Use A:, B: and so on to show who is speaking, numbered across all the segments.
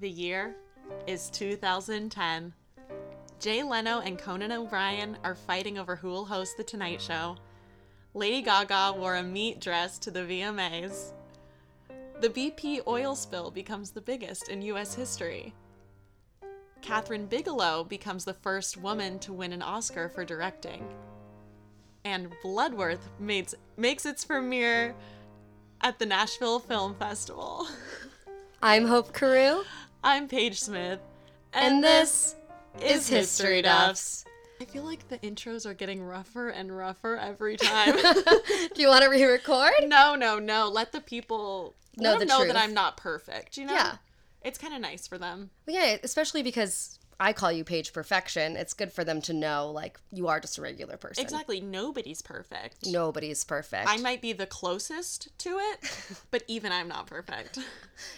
A: The year is 2010. Jay Leno and Conan O'Brien are fighting over who will host The Tonight Show. Lady Gaga wore a meat dress to the VMAs. The BP oil spill becomes the biggest in US history. Catherine Bigelow becomes the first woman to win an Oscar for directing. And Bloodworth makes, makes its premiere at the Nashville Film Festival.
B: I'm Hope Carew.
A: I'm Paige Smith.
B: And this is History Duffs.
A: I feel like the intros are getting rougher and rougher every time.
B: Do you want to re record?
A: no, no, no. Let the people
B: Know
A: let
B: the
A: them know
B: truth.
A: that I'm not perfect. You know,
B: Yeah.
A: it's kind of nice for them.
B: Well, yeah, especially because I call you Page Perfection. It's good for them to know, like, you are just a regular person.
A: Exactly. Nobody's perfect.
B: Nobody's perfect.
A: I might be the closest to it, but even I'm not perfect.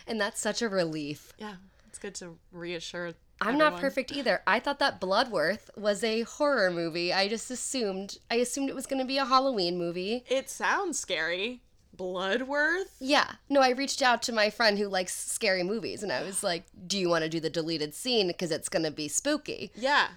B: and that's such a relief.
A: Yeah, it's good to reassure.
B: I'm
A: everyone.
B: not perfect either. I thought that Bloodworth was a horror movie. I just assumed I assumed it was going to be a Halloween movie.
A: It sounds scary. Bloodworth.
B: Yeah. No, I reached out to my friend who likes scary movies and I was like, "Do you want to do the deleted scene because it's going to be spooky?"
A: Yeah,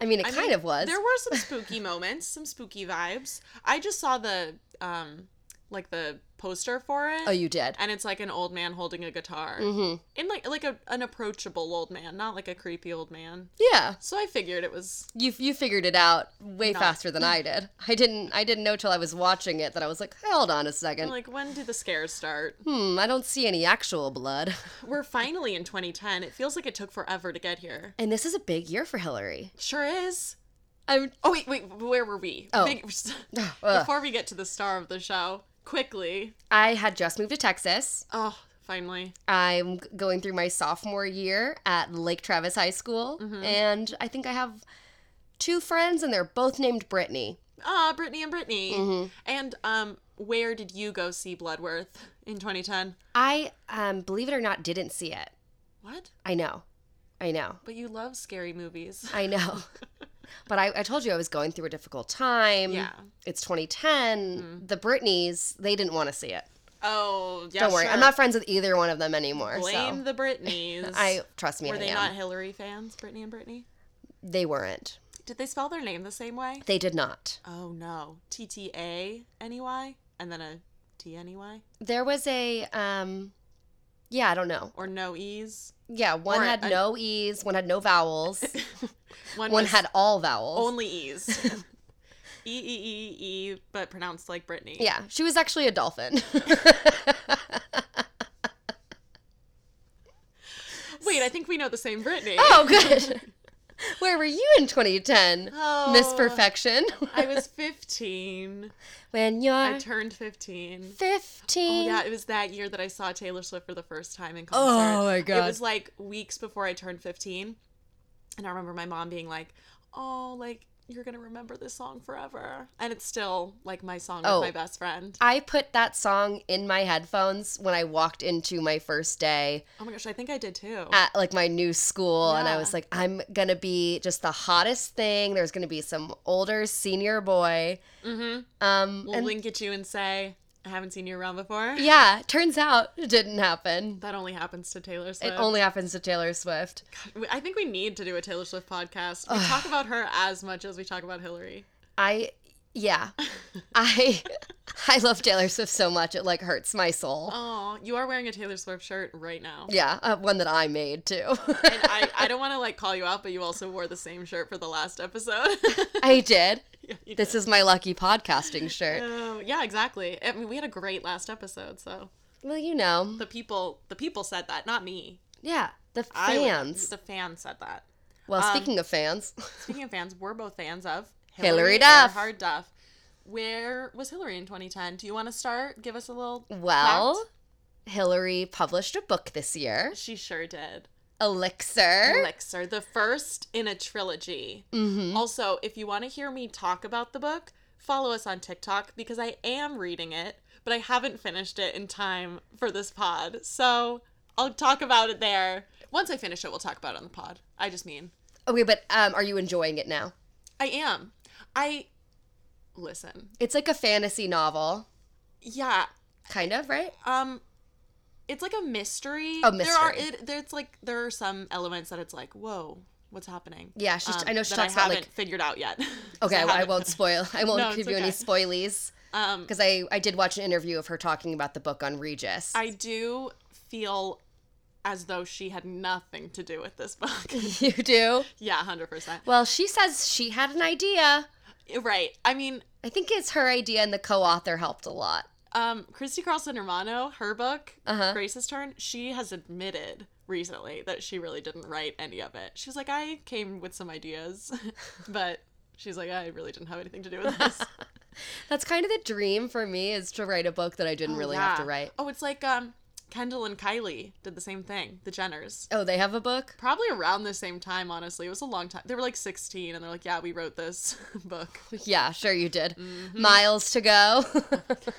B: I mean, it
A: I mean,
B: kind of was.
A: There were some spooky moments, some spooky vibes. I just saw the um, like the poster for it.
B: oh, you did.
A: and it's like an old man holding a guitar
B: Mhm.
A: and like like a, an approachable old man not like a creepy old man
B: Yeah.
A: so i figured it was
B: You you figured it out way
A: No.
B: faster than I did. I didn't I didn't know till I was watching it that I was like, "Hold on a second.
A: like when do the scares start
B: hmm, I don't see any actual blood."
A: we're finally in 2010 it feels like it took forever to get here
B: And this is a big year for Hillary.
A: sure is
B: I'm
A: oh wait wait where were we
B: Oh.
A: Big-
B: Ugh.
A: before we get to the star of the show quickly
B: I had just moved to Texas.
A: oh finally
B: I'm g- going through my sophomore year at Lake Travis High School,
A: Mm-hmm.
B: and I think I have two friends, and they're both named Brittany.
A: ah brittany and brittany
B: Mm-hmm.
A: and um where did you go see bloodworth in 2010
B: I, um, believe it or not, didn't see it.
A: what
B: I know, I know,
A: but you love scary movies
B: I know. but I, I told you I was going through a difficult time.
A: yeah
B: It's 2010. The Britneys, they didn't want to see it.
A: oh Mm. yeah
B: Don't worry,
A: sure.
B: I'm not friends with either one of them anymore.
A: Blame
B: so
A: the Britneys.
B: I trust me,
A: were
B: I
A: they
B: am.
A: not Hillary fans, Britney and Britney?
B: They weren't.
A: Did they spell their name the same way?
B: They did not.
A: Oh no, T T A N E Y and then a T N E Y
B: There was a, um, yeah, I don't know.
A: or no E's.
B: Yeah, one
A: Or
B: had
A: a-
B: no E's, one had no vowels, one
A: was
B: had all vowels.
A: only E's. E E E E, but pronounced like Britney.
B: yeah, she was actually a dolphin.
A: Wait, I think we know the same Britney.
B: oh, good. Where were you in 2010,
A: Oh,
B: Miss Perfection?
A: I was 15.
B: when you're
A: I turned 15.
B: 15.
A: Oh, yeah, it was that year that I saw Taylor Swift for the first time in concert.
B: Oh, my
A: It
B: God.
A: was like weeks before I turned 15. And I remember my mom being like, "Oh, like you're going to remember this song forever." And it's still like my song
B: Oh.
A: with my best friend.
B: I put that song in my headphones when I walked into my first day
A: Oh my gosh, I think I did too.
B: at like my new school and I
A: Yeah.
B: was like I'm going to be just the hottest thing. There's going to be some older senior boy.
A: mhm.
B: Um
A: We'll
B: and
A: link at you and say, "I haven't seen you around before."
B: yeah, turns out it didn't happen.
A: That only happens to Taylor
B: It
A: Swift.
B: only happens to Taylor Swift.
A: We- I think we need to do a Taylor Swift podcast. We talk about her as much as we talk about Hillary.
B: I yeah. I I love Taylor Swift so much it like hurts my soul.
A: Oh, you are wearing a Taylor Swift shirt right now.
B: Yeah, uh, one that I made too.
A: And I, I don't want to like call you out, but you also wore the same shirt for the last episode.
B: I did.
A: yeah, you
B: This is my lucky podcasting shirt.
A: Um, yeah, exactly. I mean, we had a great last episode, so
B: Well, you know.
A: the people the people said that, not me.
B: Yeah, the
A: I- um,
B: fans.
A: the fans said that.
B: Well, speaking of fans,
A: Speaking of fans, we're both fans of
B: Hillary Duff.
A: Hard Duff. Where was Hillary in 2010? Do you want to start? Give us a little.
B: well, Hillary published a book this year,
A: fact? she sure did.
B: Elixir.
A: Elixir, the first in a trilogy.
B: hmm
A: Also, if you want to hear me talk about the book, follow us on TikTok because I am reading it, but I haven't finished it in time for this pod. So I'll talk about it there. Once I finish it, we'll talk about it on the pod. I just mean,
B: Okay, but um, are you enjoying it now?
A: I am. I listen.
B: It's like a fantasy novel,
A: Yeah.
B: kind of, right?
A: Um, it's like a mystery.
B: A
A: There are
B: mystery.
A: it, there's like there are some elements that it's like, whoa, what's happening?
B: Yeah, she's- I know she
A: that
B: talks
A: Um, I
B: about,
A: haven't
B: like-
A: figured out yet. 'Cause
B: Okay, I, I
A: haven't.
B: won't spoil. I won't
A: No, it's
B: give you any
A: okay.
B: spoilies
A: Um,
B: because I I did watch an interview of her talking about the book on Regis.
A: I do feel as though she had nothing to do with this book.
B: you do.
A: yeah, hundred percent.
B: Well, she says she had an idea.
A: Right. I mean,
B: I think it's her idea, and the co-author helped a lot.
A: um, Christy Carlson Romano, her book,
B: Uh-huh.
A: Grace's Turn, she has admitted recently that she really didn't write any of it. She was like, I came with some ideas, but she's like, I really didn't have anything to do with this.
B: That's kind of the dream for me is to write a book that I didn't really have to
A: Yeah.
B: write.
A: Oh, it's like um, Kendall and Kylie did the same thing, the Jenners.
B: Oh, they have a book.
A: Probably around the same time, honestly. It was a long time. They were like 16, and they're like, yeah, we wrote this book.
B: Yeah, sure you did.
A: Mm-hmm.
B: Miles to go.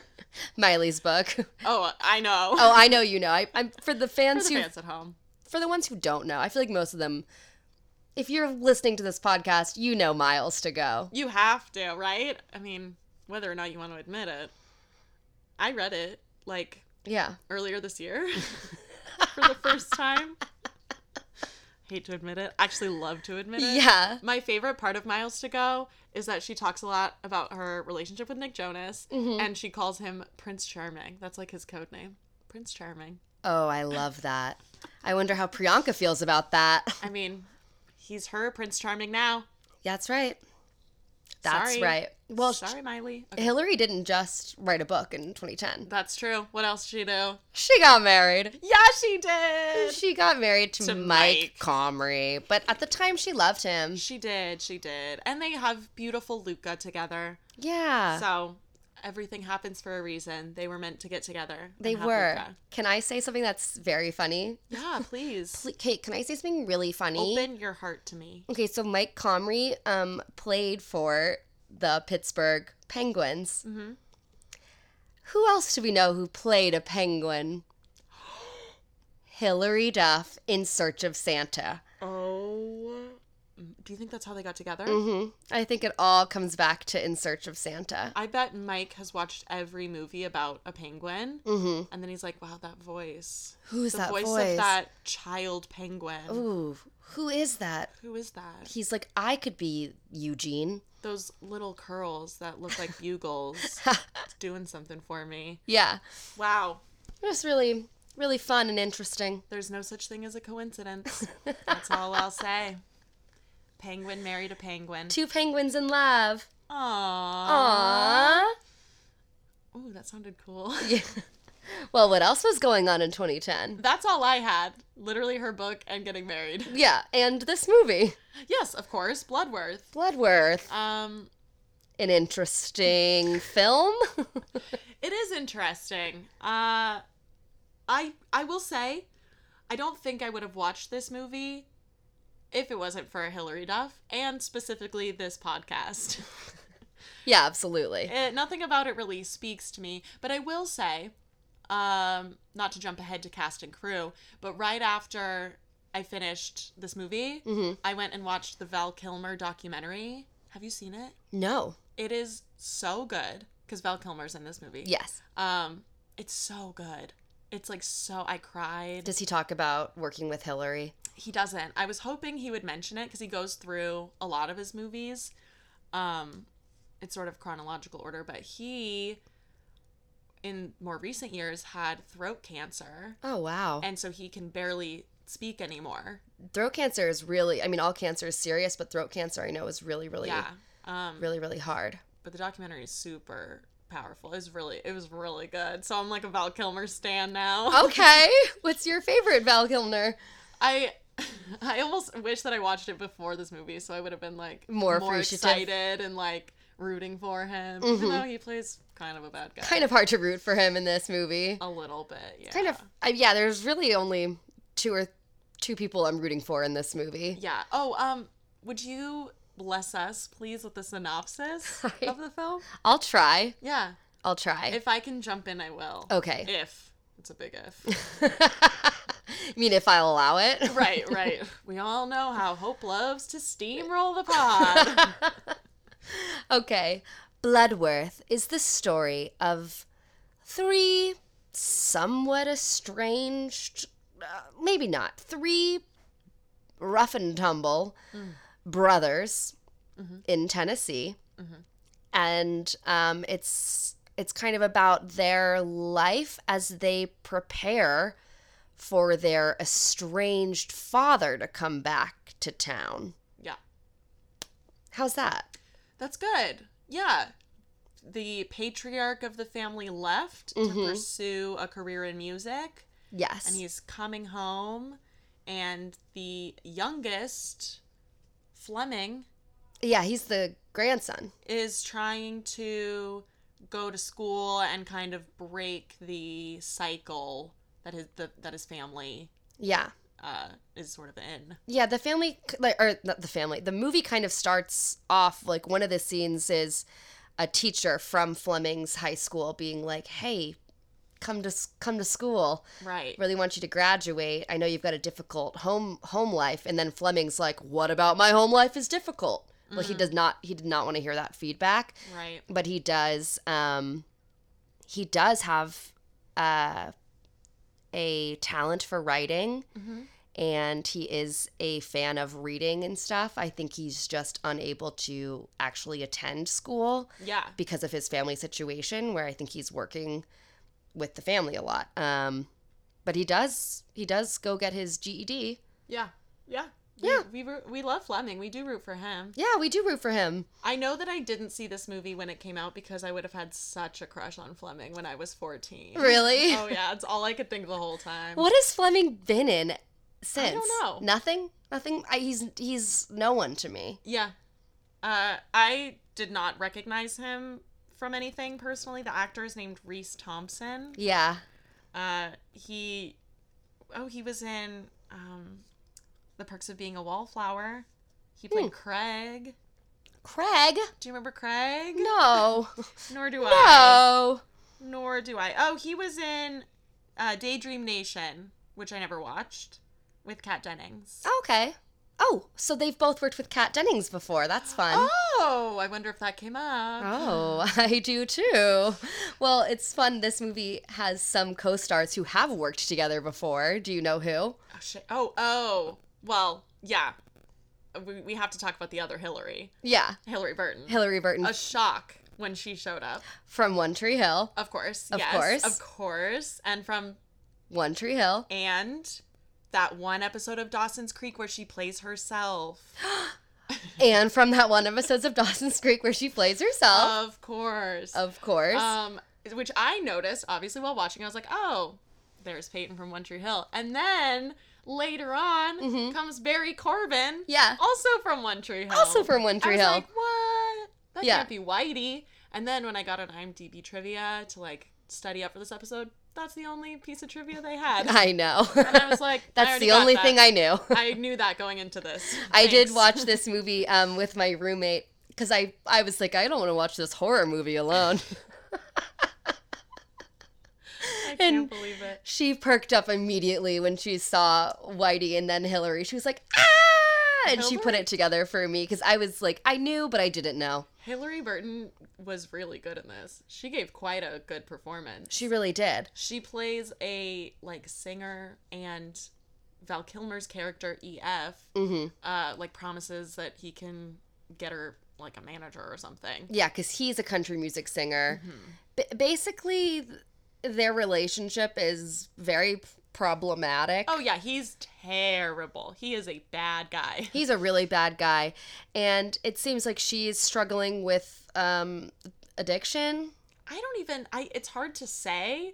B: Miley's book.
A: Oh, I know.
B: Oh, I know you know. I, I'm for the
A: For
B: fans
A: the
B: who
A: fans at home.
B: for the ones who don't know, I feel like most of them, if you're listening to this podcast, you know Miles to go.
A: You have to, right? I mean, whether or not you want to admit it, I read it like
B: Yeah.
A: earlier this year for the first time. Hate to admit it. Actually, love to admit it.
B: Yeah.
A: My favorite part of Miles to Go is that she talks a lot about her relationship with Nick Jonas
B: Mm-hmm.
A: and she calls him Prince Charming. That's like his code name. Prince Charming.
B: Oh, I love that. I wonder how Priyanka feels about that.
A: I mean, he's her Prince Charming now.
B: That's right. That's
A: Sorry.
B: right. Well, sh-
A: Sorry, Miley. Okay,
B: Hillary didn't just write a book in 2010.
A: that's true. What else did she do?
B: She got married.
A: Yeah, she did.
B: She got married to,
A: To
B: Mike,
A: Mike.
B: Comrie, but at the time she loved him.
A: She did, she did. And they have beautiful Luca together.
B: Yeah.
A: So everything happens for a reason. They were meant to get together. and
B: they
A: have
B: were.
A: Luca.
B: Can I say something that's very funny?
A: Yeah, please.
B: Pl- Kate, can I say something really funny?
A: Open your heart to me.
B: Okay, so Mike Comrie um, played for the Pittsburgh Penguins.
A: Mhm.
B: Who else do we know who played a penguin? Hillary Duff in Search of Santa.
A: Oh. Do you think that's how they got together?
B: hmm I think it all comes back to In Search of Santa.
A: I bet Mike has watched every movie about a penguin.
B: hmm
A: And then he's like, wow, that voice.
B: Who's
A: the
B: that
A: voice,
B: voice?
A: of that child penguin.
B: Ooh, who is that?
A: Who is that?
B: He's like, I could be Eugene.
A: Those little curls that look like bugles. It's doing something for me.
B: yeah,
A: Wow.
B: just really, really fun and interesting.
A: There's no such thing as a coincidence. That's all I'll say. Penguin married a penguin.
B: Two penguins in love.
A: Aww.
B: Aww.
A: Ooh, that sounded cool.
B: Yeah. Well, what else was going on in 2010?
A: That's all I had. Literally her book and getting married.
B: Yeah, and this movie,
A: Yes, of course, Bloodworth.
B: Bloodworth,
A: Um,
B: an interesting film.
A: it is interesting. Uh, I I will say, I don't think I would have watched this movie if it wasn't for Hillary Duff and specifically this podcast.
B: yeah, absolutely.
A: it, Eh, nothing about it really speaks to me but i will say um not to jump ahead to cast and crew but right after i finished this movie
B: hmm
A: i went and watched the val kilmer documentary have you seen it
B: No.
A: it is so good because val kilmer's in this movie
B: Yes.
A: um it's so good it's like so i cried
B: Does he talk about working with Hillary?
A: he doesn't. I was hoping he would mention it because he goes through a lot of his movies. Um, it's sort of chronological order, but he, in more recent years, had throat cancer,
B: Oh, wow.
A: and so he can barely speak anymore.
B: throat cancer is really, I mean, all cancer is serious, but throat cancer I know is really, really,
A: Yeah. Um,
B: really, really hard.
A: but the documentary is super powerful. It was really, it was really good. So I'm like a Val Kilmer stan now.
B: Oh, Okay. What's your favorite Val Kilmer?
A: I. I almost wish that I watched it before this movie, so I would have been like
B: More appreciative. Mm-hmm.
A: excited and like rooting for him. Even though he plays kind of a bad guy,
B: Kind of hard to root for him in this movie.
A: a little bit, Oh, yeah,
B: Kind of, I, yeah, there's really only two or two people I'm rooting for in this movie.
A: yeah. Oh, um, would you bless us, please, with the synopsis
B: Sorry.
A: of the film?
B: I'll try.
A: Yeah,
B: I'll try.
A: if I can jump in, I will.
B: okay.
A: If it's a big if,
B: I mean, if I'll allow it.
A: right, right. We all know how Hope loves to steamroll the pod.
B: okay. Bloodworth is the story of three somewhat estranged, uh, maybe not, three rough and tumble brothers in Tennessee. And um, it's it's kind of about their life as they prepare for their estranged father to come back to town.
A: Yeah.
B: How's that?
A: That's good. Yeah. The patriarch of the family left to
B: Mhm.
A: pursue a career in music,
B: Yes.
A: and he's coming home, and the youngest, Fleming,
B: yeah, he's the grandson.
A: is trying to go to school and kind of break the cycle that his the, that his family
B: Yeah.
A: uh, is sort of in.
B: Yeah, the family, like, or not the family, the movie kind of starts off like one of the scenes is a teacher from Fleming's high school being like, "Hey, come to s- come to school.
A: Right.
B: Really want you to graduate. I know you've got a difficult home home life." And then Fleming's like, "What about my home life is difficult?" Well,
A: Mm.
B: he does not he did not want to hear that feedback,
A: Mm-hmm. Right.
B: but he does um he does have uh a talent for writing
A: Mm-hmm.
B: and he is a fan of reading and stuff. I think he's just unable to actually attend school
A: Yeah.
B: because of his family situation, where I think he's working with the family a lot. Um, but he does he does go get his E GED.
A: Yeah. Yeah.
B: Yeah.
A: We, we, root- we love Fleming. We do root for him.
B: Yeah, we do root for him.
A: I know that I didn't see this movie when it came out because I would have had such a crush on Fleming when I was 14.
B: Really?
A: Oh, yeah. It's all I could think the whole time.
B: What has Fleming been in since?
A: know.
B: Nothing. Nothing. I, he's he's no one to me.
A: Yeah. Uh, I did not recognize him from anything personally. The actor is named Reese Thompson.
B: Yeah.
A: Uh, he, oh, he was in um, The Perks of Being a Wallflower. He
B: Hmm.
A: played Craig.
B: Craig.
A: Do you remember Craig?
B: No.
A: Nor do I.
B: No.
A: Nor do I. Oh, he was in uh, Daydream Nation, which I never watched, with Kat Dennings.
B: Okay. Oh, so they've both worked with Kat Dennings before. That's fun.
A: Oh, I wonder if that came up.
B: Oh, I do too. Well, it's fun. This movie has some co stars who have worked together before. Do you know who?
A: Oh, shit. Oh, oh. Well, yeah. We, we have to talk about the other Hillary,
B: Yeah,
A: Hillary Burton.
B: Hillary Burton
A: A shock when she showed up.
B: from One Tree Hill.
A: Of course.
B: Of
A: yes.
B: course.
A: Of course. And from
B: One Tree Hill.
A: and that one episode of Dawson's Creek where she plays herself.
B: And from that one episode of Dawson's Creek where she plays herself.
A: Of course.
B: of course.
A: Um, which I noticed obviously while watching. I was like, oh, there's Peyton from One Tree Hill, and then later on
B: Mhm.
A: comes Barry Corbin,
B: yeah.
A: also from One Tree Hill.
B: Also from One
A: I
B: Tree
A: was
B: Hill.
A: like, what? That
B: Yeah.
A: can't be Whitey. And then when I got on IMDb trivia to like study up for this episode, that's the only piece of trivia they had.
B: I know.
A: And I was like,
B: That's the only thing I knew.
A: I knew that going into this.
B: I did
A: Thanks.
B: watch this movie um, with my roommate because I, I was like, I don't want to watch this horror movie alone.
A: I can't
B: and-
A: believe it.
B: she perked up immediately when she saw Whitey and then Hillary. She was like, ah! And she put
A: Hillary?
B: it together for me because I was like, I knew, but I didn't know.
A: Hillary Burton was really good in this. She gave quite a good performance.
B: She really did.
A: She plays a like singer and Val Kilmer's character EF
B: Mm-hmm.
A: uh like promises that he can get her like a manager or something. Mm-hmm.
B: Yeah, because he's a country music singer. B- basically, th- their relationship is very problematic.
A: Oh yeah, he's terrible. He is a bad guy.
B: He's a really bad guy. And it seems like she's struggling with um, addiction.
A: I don't even I it's hard to say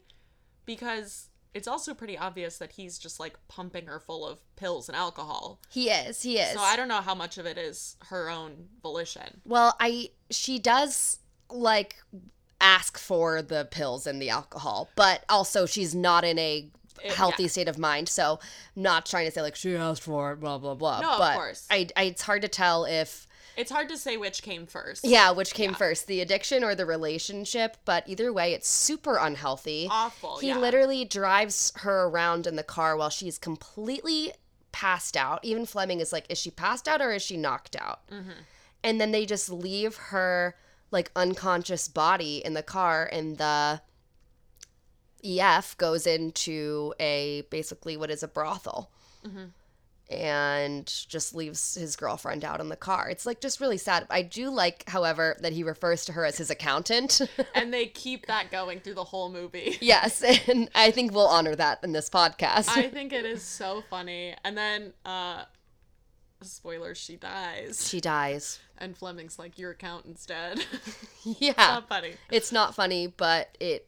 A: because it's also pretty obvious that he's just like pumping her full of pills and alcohol.
B: He is. He is.
A: So I don't know how much of it is her own volition.
B: Well, I she does like ask for the pills and the alcohol, but also she's not in a
A: It-
B: healthy state of mind. So not trying to say like she asked for it, blah blah blah.
A: No, of
B: but
A: course.
B: I, I it's hard to tell if
A: It's hard to say which came first.
B: yeah, which came first, the addiction or the relationship. But either way, it's super unhealthy.
A: Awful.
B: He
A: Oh, yeah.
B: literally drives her around in the car while she's completely passed out. Even Fleming is like, is she passed out or is she knocked out?
A: Mm-hmm.
B: And then they just leave her like unconscious body in the car in the EF E goes into a basically what is a brothel
A: Mm-hmm.
B: and just leaves his girlfriend out in the car. It's like just really sad. I do like, however, that he refers to her as his accountant.
A: And they keep that going through the whole movie.
B: yes, and I think we'll honor that in this podcast.
A: I think it is so funny. And then, uh, spoiler, she dies.
B: she dies.
A: And Fleming's like, your accountant's dead.
B: Yeah.
A: Not funny.
B: It's not funny, but it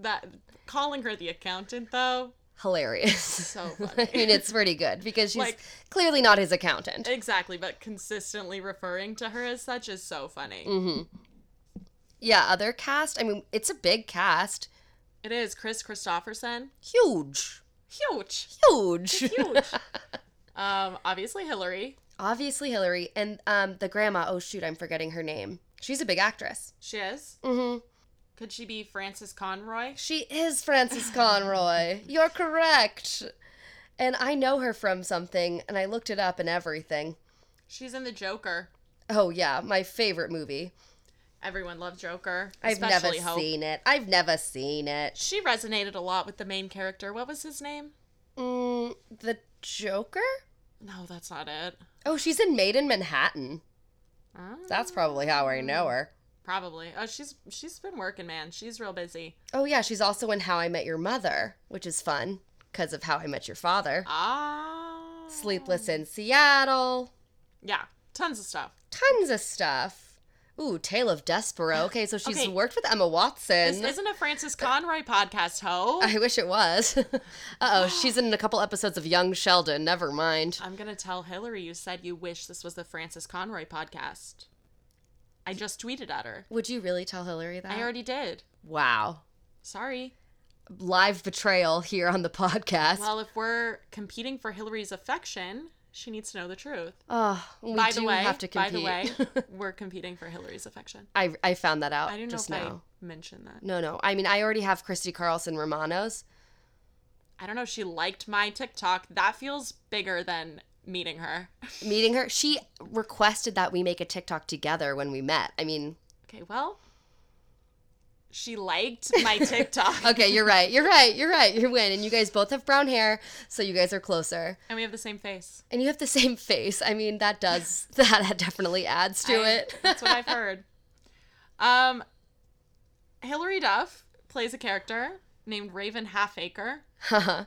A: That calling her the accountant though,
B: hilarious.
A: so
B: I mean,
A: funny.
B: it's pretty good because she's
A: Like-
B: clearly not his accountant.
A: exactly, but consistently referring to her as such is so funny.
B: Mm. Mm-hmm. Yeah, other cast. I mean, it's a big cast.
A: It is Chris Christopherson,
B: Huge.
A: huge,
B: Huge.
A: huge. um, obviously Hillary.
B: Obviously Hillary and um the grandma, oh shoot, I'm forgetting her name. She's a big actress.
A: She is.
B: Mhm.
A: Could she be Frances Conroy?
B: She is Frances Conroy. You're correct. And I know her from something and I looked it up and everything.
A: She's in the Joker.
B: Oh yeah, my favorite movie.
A: Everyone loved Joker.
B: I've never
A: especially Hope.
B: seen it. I've never seen it.
A: She resonated a lot with the main character. What was his name?
B: Mm, the Joker?
A: No, that's not it.
B: Oh, she's in Made in Manhattan.
A: Uh,
B: That's probably how I know her.
A: probably. Oh, she's she's been working, man. She's real busy.
B: Oh yeah, she's also in How I Met Your Mother, which is fun because of How I Met Your Father.
A: Ah.
B: Sleepless in Seattle.
A: Yeah, tons of stuff.
B: Tons of stuff. Ooh, Tale of Despero. Okay, so she's
A: Okay.
B: worked with Emma Watson.
A: This isn't a Francis Conroy podcast, ho.
B: I wish it was. uh oh, she's in a couple episodes of Young Sheldon. Never mind.
A: I'm gonna tell Hillary you said you wish this was the Francis Conroy podcast. I just tweeted at her.
B: Would you really tell Hillary that?
A: I already did.
B: wow.
A: Sorry.
B: Live betrayal here on the podcast.
A: Well, if we're competing for Hillary's affection, she needs to know the truth.
B: oh, we
A: by
B: do
A: the way,
B: have to compete.
A: by the way, we're competing for Hillary's affection.
B: I, I found that out
A: I didn't
B: just
A: know if
B: now.
A: I mentioned that.
B: No, no. I mean, I already have Christy Carlson Romano's.
A: I don't know. She liked my TikTok. That feels bigger than meeting her.
B: Meeting her, she requested that we make a TikTok together when we met. I mean,
A: Okay, well, she liked my TikTok.
B: okay, you're right. You're right. You're right. You're winning. You guys both have brown hair, so you guys are closer.
A: And we have the same face.
B: And you have the same face. I mean, that does that definitely adds to
A: I-
B: it.
A: That's what I've heard. Um, Hillary Duff plays a character named Raven Halfacre,
B: Haha.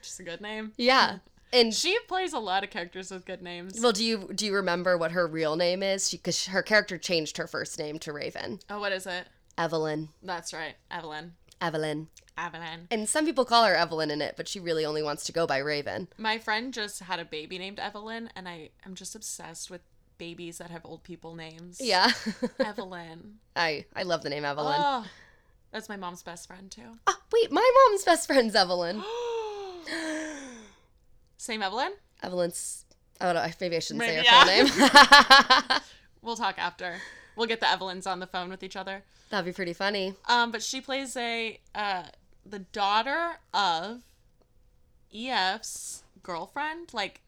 A: which is a good name.
B: yeah. And
A: She plays a lot of characters with good names.
B: well, do you do you remember what her real name is? Because her character changed her first name to Raven.
A: Oh, what is it?
B: Evelyn.
A: That's right, Evelyn.
B: Evelyn.
A: Evelyn.
B: And some people call her Evelyn in it, but she really only wants to go by Raven.
A: My friend just had a baby named Evelyn, and I am just obsessed with babies that have old people names.
B: Yeah.
A: Evelyn.
B: I I love the name Evelyn.
A: Oh, that's my mom's best friend too.
B: Oh, wait, my mom's best friend's Evelyn.
A: Same Evelyn.
B: Evelyn's. Oh no, maybe I shouldn't
A: Maybe,
B: say her full name.
A: We'll talk after. We'll get the Evelyns on the phone with each other.
B: That'd be pretty funny.
A: Um, but she plays a uh, the daughter of EF's girlfriend. Like,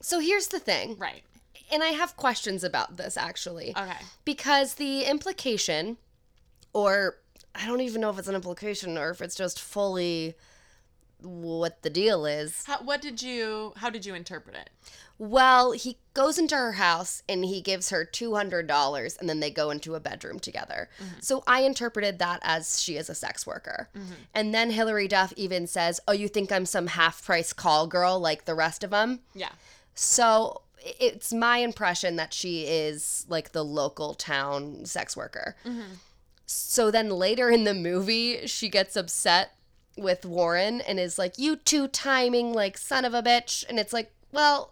B: So here's the thing,
A: right?
B: and I have questions about this actually,
A: Okay.
B: because the implication, or I don't even know if it's an implication or if it's just fully what the deal is.
A: How, what did you? How did you interpret it?
B: Well, he goes into her house and he gives her $200 and then they go into a bedroom together. So I interpreted that as she is a sex worker. And then Hilary Duff even says, Oh, you think I'm some half price call girl like the rest of them?
A: Yeah.
B: So i- it's my impression that she is like the local town sex worker.
A: Mm-hmm.
B: So then later in the movie, she gets upset with Warren and is like, You two timing, like, son of a bitch. And it's like, Well,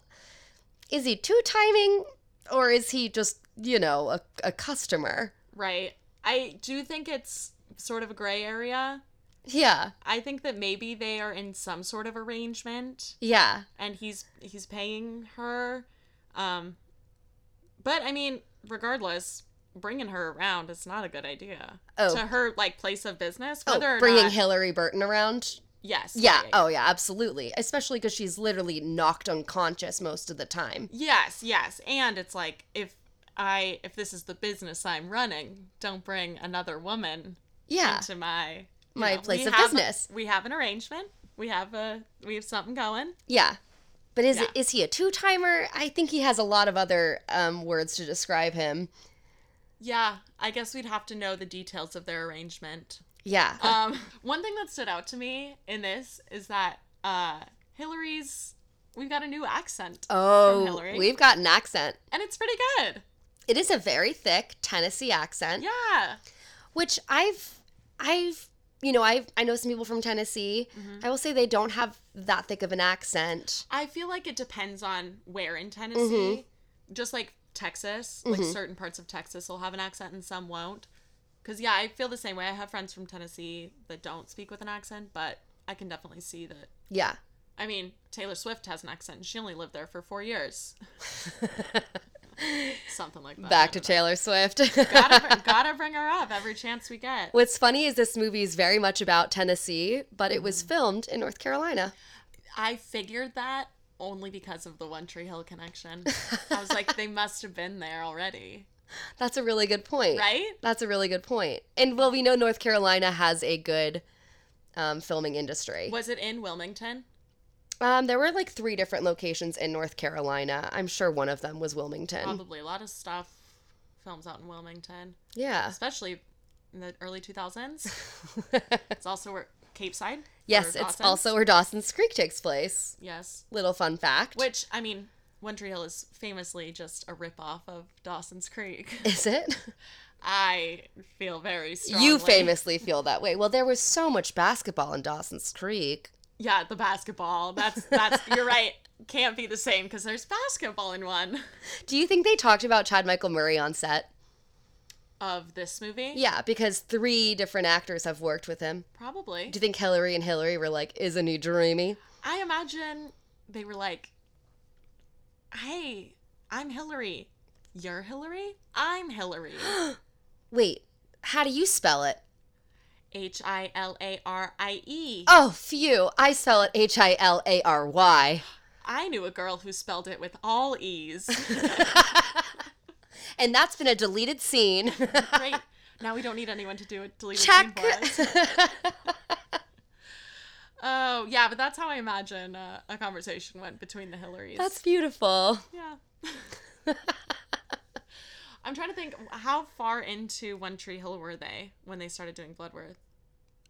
B: is he two timing or is he just, you know, a, a customer?
A: Right. I do think it's sort of a gray area.
B: Yeah.
A: I think that maybe they are in some sort of arrangement.
B: Yeah.
A: and he's he's paying her um but i mean regardless bringing her around is not a good idea
B: Oh.
A: to her like place of business
B: Oh,
A: whether or
B: bringing
A: not
B: Hillary Burton around.
A: yes
B: Yeah.
A: right.
B: Oh, yeah, absolutely. Especially because she's literally knocked unconscious most of the time.
A: yes yes and it's like if i if this is the business i'm running don't bring another woman
B: Yeah.
A: into my you
B: My
A: we
B: place of
A: have a-
B: business.
A: we have an arrangement. We have a we have something going.
B: Yeah. But is
A: Yeah.
B: is he a two timer? I think he has a lot of other um, words to describe him.
A: Yeah, I guess we'd have to know the details of their arrangement.
B: Yeah.
A: Um, one thing that stood out to me in this is that uh, Hillary's we've got a new accent, from
B: oh,
A: Hillary.
B: we've got an accent.
A: and it's pretty good.
B: It is a very thick Tennessee accent,
A: Yeah,
B: which I've I've you know, I I know some people from Tennessee.
A: Mm-hmm.
B: I will say they don't have that thick of an accent.
A: I feel like it depends on where in Tennessee. Just like Texas, like certain parts of Texas will have an accent and some won't. Because, yeah, I feel the same way. I have friends from Tennessee that don't speak with an accent, but I can definitely see that.
B: Yeah.
A: I mean, Taylor Swift has an accent and she only lived there for four years. Something like that.
B: Back
A: I
B: to
A: don't know.
B: Taylor Swift.
A: Gotta, br- gotta bring her up every chance we get.
B: What's funny is this movie is very much about Tennessee, but it
A: Mm-hmm.
B: was filmed in North Carolina.
A: I figured that only because of the One Tree Hill connection. I was like, they must have been there already.
B: That's a really good point.
A: Right?
B: That's a really good point. And well, we know North Carolina has a good um, filming industry.
A: Was it in Wilmington?
B: Um, there were like three different locations in North Carolina. I'm sure one of them was Wilmington.
A: Probably a lot of stuff films out in Wilmington,
B: Yeah.
A: especially in the early 2000s. It's also where Cape Side. or
B: yes, it's
A: Dawson's.
B: also where Dawson's Creek takes place.
A: Yes.
B: Little fun fact.
A: Which, I mean, One Tree Hill is famously just a ripoff of Dawson's Creek.
B: Is it?
A: I feel very strongly.
B: You famously feel that way. Well, there was so much basketball in Dawson's Creek.
A: Yeah, the basketball. That's, that's, you're right. Can't be the same because there's basketball in one
B: Do you think they talked about Chad Michael Murray on set?
A: of this movie.
B: Yeah, because three different actors have worked with him.
A: Probably.
B: Do you think Hillary and Hillary were like, isn't he dreamy?
A: I imagine they were like, "Hey, I'm Hillary. You're Hillary. I'm Hillary.
B: Wait, how do you spell it?
A: H I L A R I E."
B: Oh, phew. I spell it H I L A R Y.
A: I knew a girl who spelled it with all e's.
B: And that's been a deleted scene.
A: Great. Now we don't need anyone to do it. Delete
B: Check.
A: it for us. Oh yeah, but that's how I imagine uh, a conversation went between the Hillarys.
B: that's beautiful.
A: yeah. I'm trying to think how far into One Tree Hill were they when they started doing Bloodworth?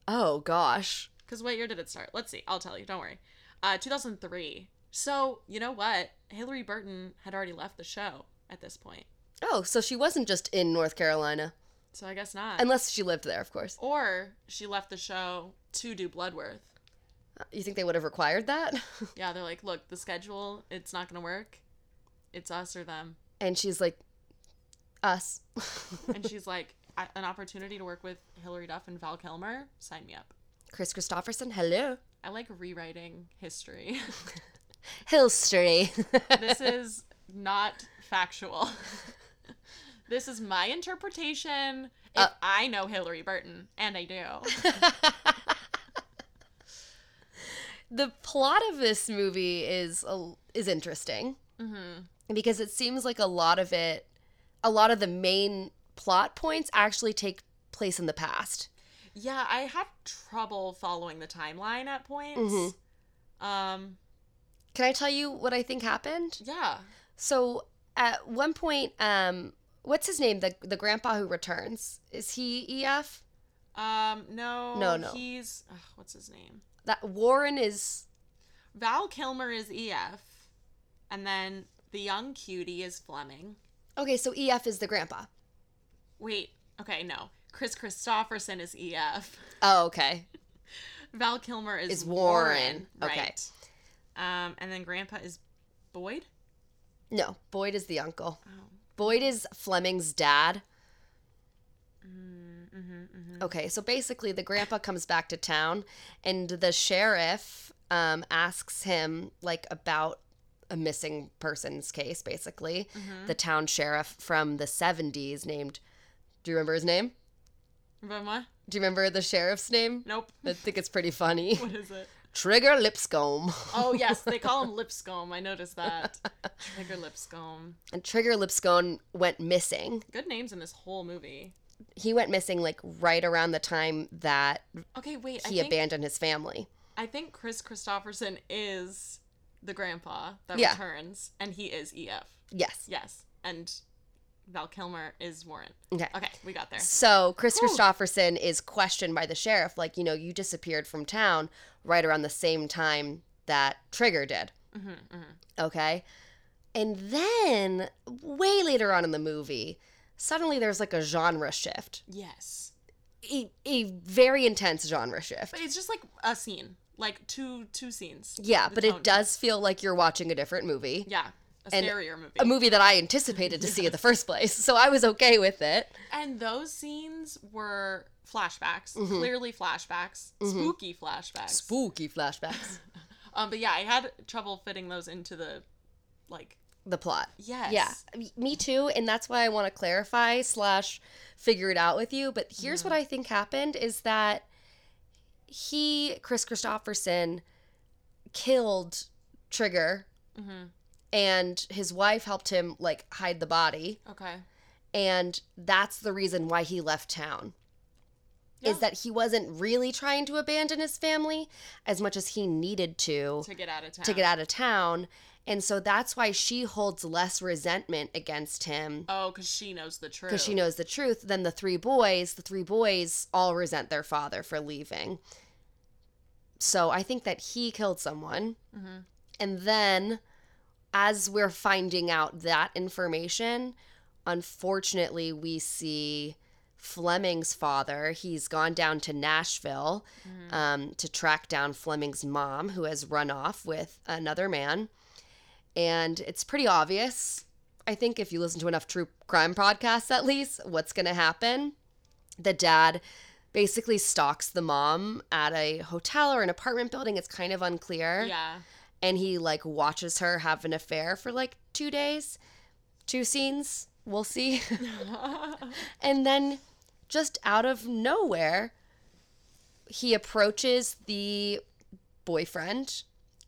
B: Oh, gosh.
A: Because what year did it start? Let's see. I'll tell you. Don't worry. Uh, 2003. So, you know what? Hillary Burton had already left the show at this point.
B: Oh, so she wasn't just in North Carolina.
A: So I guess not.
B: Unless she lived there, of course.
A: or she left the show to do Bloodworth.
B: You think they would have required that?
A: Yeah, they're like, look, the schedule, it's not going to work. It's us or them.
B: And she's like, us.
A: And she's like, "I- an opportunity to work with Hillary Duff and Val Kilmer? Sign me up.
B: Chris Christopherson, hello.
A: I like rewriting history.
B: Hillstory.
A: this is not factual. this is my interpretation. If
B: Uh,
A: I know Hillary Burton, and I do.
B: the plot of this movie is a, is interesting
A: hmm
B: because it seems like a lot of it, a lot of the main plot points actually take place in the past.
A: Yeah, I had trouble following the timeline at points.
B: Mhm.
A: Um,
B: Can I tell you what I think happened?
A: yeah,
B: So at one point, um, what's his name? The the grandpa who returns is he E EF?
A: um, no,
B: No, no.
A: he's ugh, what's his name?
B: That Warren is
A: Val Kilmer is EF, and then the young cutie is Fleming.
B: okay. So EF is the grandpa.
A: Wait, okay, no, Chris Christopherson is E EF.
B: Oh, okay.
A: Val Kilmer is,
B: Is Warren. Okay.
A: Right. Um, and then Grandpa is Boyd.
B: No, Boyd is the uncle.
A: Oh.
B: Boyd is Fleming's dad.
A: Mm-hmm, mm-hmm.
B: Okay, so basically, the grandpa comes back to town, and the sheriff um, asks him like about a missing person's case. Basically,
A: mm-hmm.
B: the town sheriff from the '70s named. Do you remember his name?
A: But what?
B: Do you remember the sheriff's name?
A: Nope.
B: I think it's pretty funny.
A: What is it?
B: Trigger Lipscomb.
A: Oh yes, they call him Lipscomb. I noticed that. Trigger Lipscomb.
B: And Trigger Lipscomb went missing.
A: Good names in this whole movie.
B: he went missing like right around the time that
A: Okay, wait.
B: he
A: I think
B: abandoned his family.
A: I think Chris Christopherson is the grandpa that
B: Yeah.
A: returns, and he is EF.
B: Yes.
A: Yes, and Val Kilmer is Warren.
B: Okay.
A: Okay, we got there.
B: So Chris
A: Cool.
B: Christopherson is questioned by the sheriff, like, you know, you disappeared from town right around the same time that Trigger did.
A: hmm hmm
B: Okay. And then way later on in the movie, suddenly there's like a genre shift,
A: Yes,
B: a, a very intense genre shift.
A: but it's just like a scene, like two two scenes.
B: Yeah,
A: The
B: but
A: tone.
B: it does feel like you're watching a different movie,
A: Yeah, a
B: And
A: scarier movie.
B: a movie that I anticipated to see in the first place. So I was okay with it.
A: and those scenes were flashbacks,
B: Mhm.
A: clearly flashbacks,
B: Mhm.
A: spooky flashbacks.
B: Spooky flashbacks.
A: um, but yeah, I had trouble fitting those into the, like,
B: the plot.
A: yes,
B: Yeah, m- me too, and that's why I want to clarify slash figure it out with you. But here's what I think happened is that he, Chris Christopherson, killed Trigger,
A: Mm-hmm.
B: and his wife helped him like hide the body,
A: Okay.
B: and that's the reason why he left town.
A: Yeah.
B: Is that he wasn't really trying to abandon his family as much as he needed to
A: to get out of town?
B: to get out of town. And so that's why she holds less resentment against him
A: Oh, because she knows the truth.
B: because she knows the truth than the three boys. The three boys all resent their father for leaving. So I think that he killed someone.
A: hmm
B: And then, as we're finding out that information, unfortunately, we see Fleming's father. He's gone down to Nashville
A: Mhm.
B: um, to track down Fleming's mom, who has run off with another man. And it's pretty obvious, I think, if you listen to enough true crime podcasts, at least, what's going to happen. The dad basically stalks the mom at a hotel or an apartment building. It's kind of unclear
A: Yeah.
B: and he like watches her have an affair for like two days, two scenes. We'll see. and then just out of nowhere, he approaches the boyfriend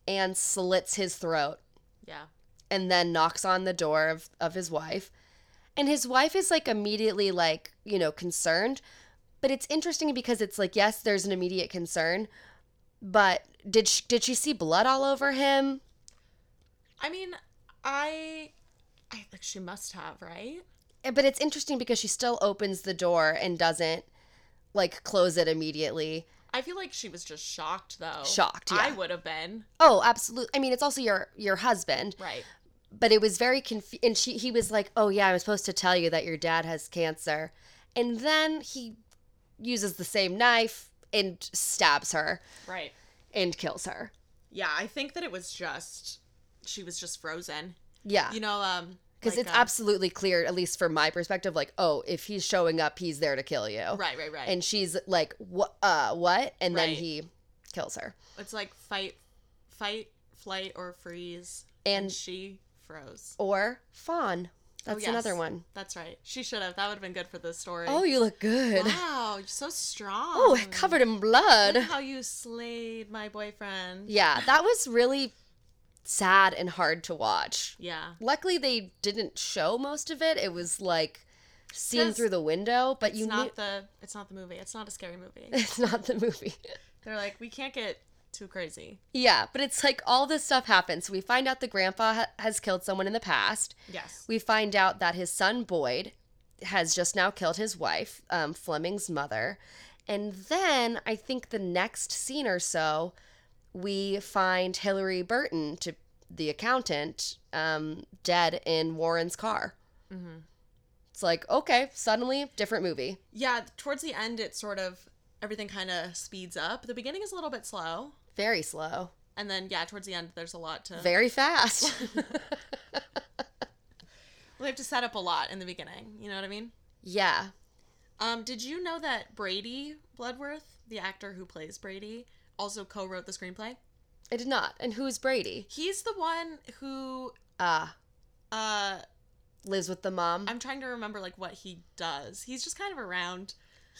B: and slits his throat
A: yeah.
B: and then knocks on the door of, of his wife. And his wife is like immediately like, you know, concerned. But it's interesting because it's like, yes, there's an immediate concern, but did she, did she see blood all over him?
A: I mean, I, I like she must have, right?
B: but it's interesting because she still opens the door and doesn't like close it immediately.
A: I feel like she was just shocked though.
B: Shocked, yeah.
A: I would have been.
B: Oh, absolutely. I mean, it's also your your husband,
A: Right.
B: but it was very conf and she he was like, "Oh yeah, I was supposed to tell you that your dad has cancer." And then he uses the same knife and stabs her
A: Right.
B: and kills her.
A: Yeah. I think that it was just she was just frozen.
B: Yeah.
A: You know, um,
B: Cuz
A: like,
B: it's
A: um,
B: absolutely clear at least from my perspective like, "Oh, if he's showing up, he's there to kill you."
A: right, right, right.
B: And she's like, "What uh what?" And then
A: Right.
B: he kills her.
A: it's like fight, fight, flight, or freeze, and,
B: And
A: she froze.
B: or fawn.
A: Oh,
B: That's another
A: yes.
B: one.
A: That's right. She should have. That would have been good for this story.
B: Oh, you look good.
A: wow, you're so strong.
B: Oh, covered in blood.
A: Look how you slayed my boyfriend.
B: Yeah, that was really sad and hard to watch.
A: Yeah.
B: Luckily, they didn't show most of it. It was like seen
A: Just-
B: through the window, but
A: It's
B: you
A: not
B: knew
A: the it's not the movie. It's not a scary movie.
B: it's not the movie.
A: They're like, we can't get too crazy.
B: yeah, but it's like all this stuff happens. We find out the grandpa ha- has killed someone in the past.
A: Yes.
B: We find out that his son Boyd has just now killed his wife, um, Fleming's mother. And then I think the next scene or so, we find Hillary Burton, to the accountant, um, dead in Warren's car.
A: hmm
B: It's like, okay, suddenly different movie.
A: Yeah. Towards the end, it sort of everything kind of speeds up. The beginning is a little bit slow,
B: Very slow,
A: and then yeah, towards the end, there's a lot to.
B: very fast.
A: They have to set up a lot in the beginning. You know what I mean?
B: yeah.
A: Um, did you know that Brady Bloodworth, the actor who plays Brady, also co-wrote the screenplay?
B: I did not. And who's Brady?
A: He's the one who,
B: Uh,
A: uh,
B: lives with the mom.
A: I'm trying to remember like what he does. He's just kind of around.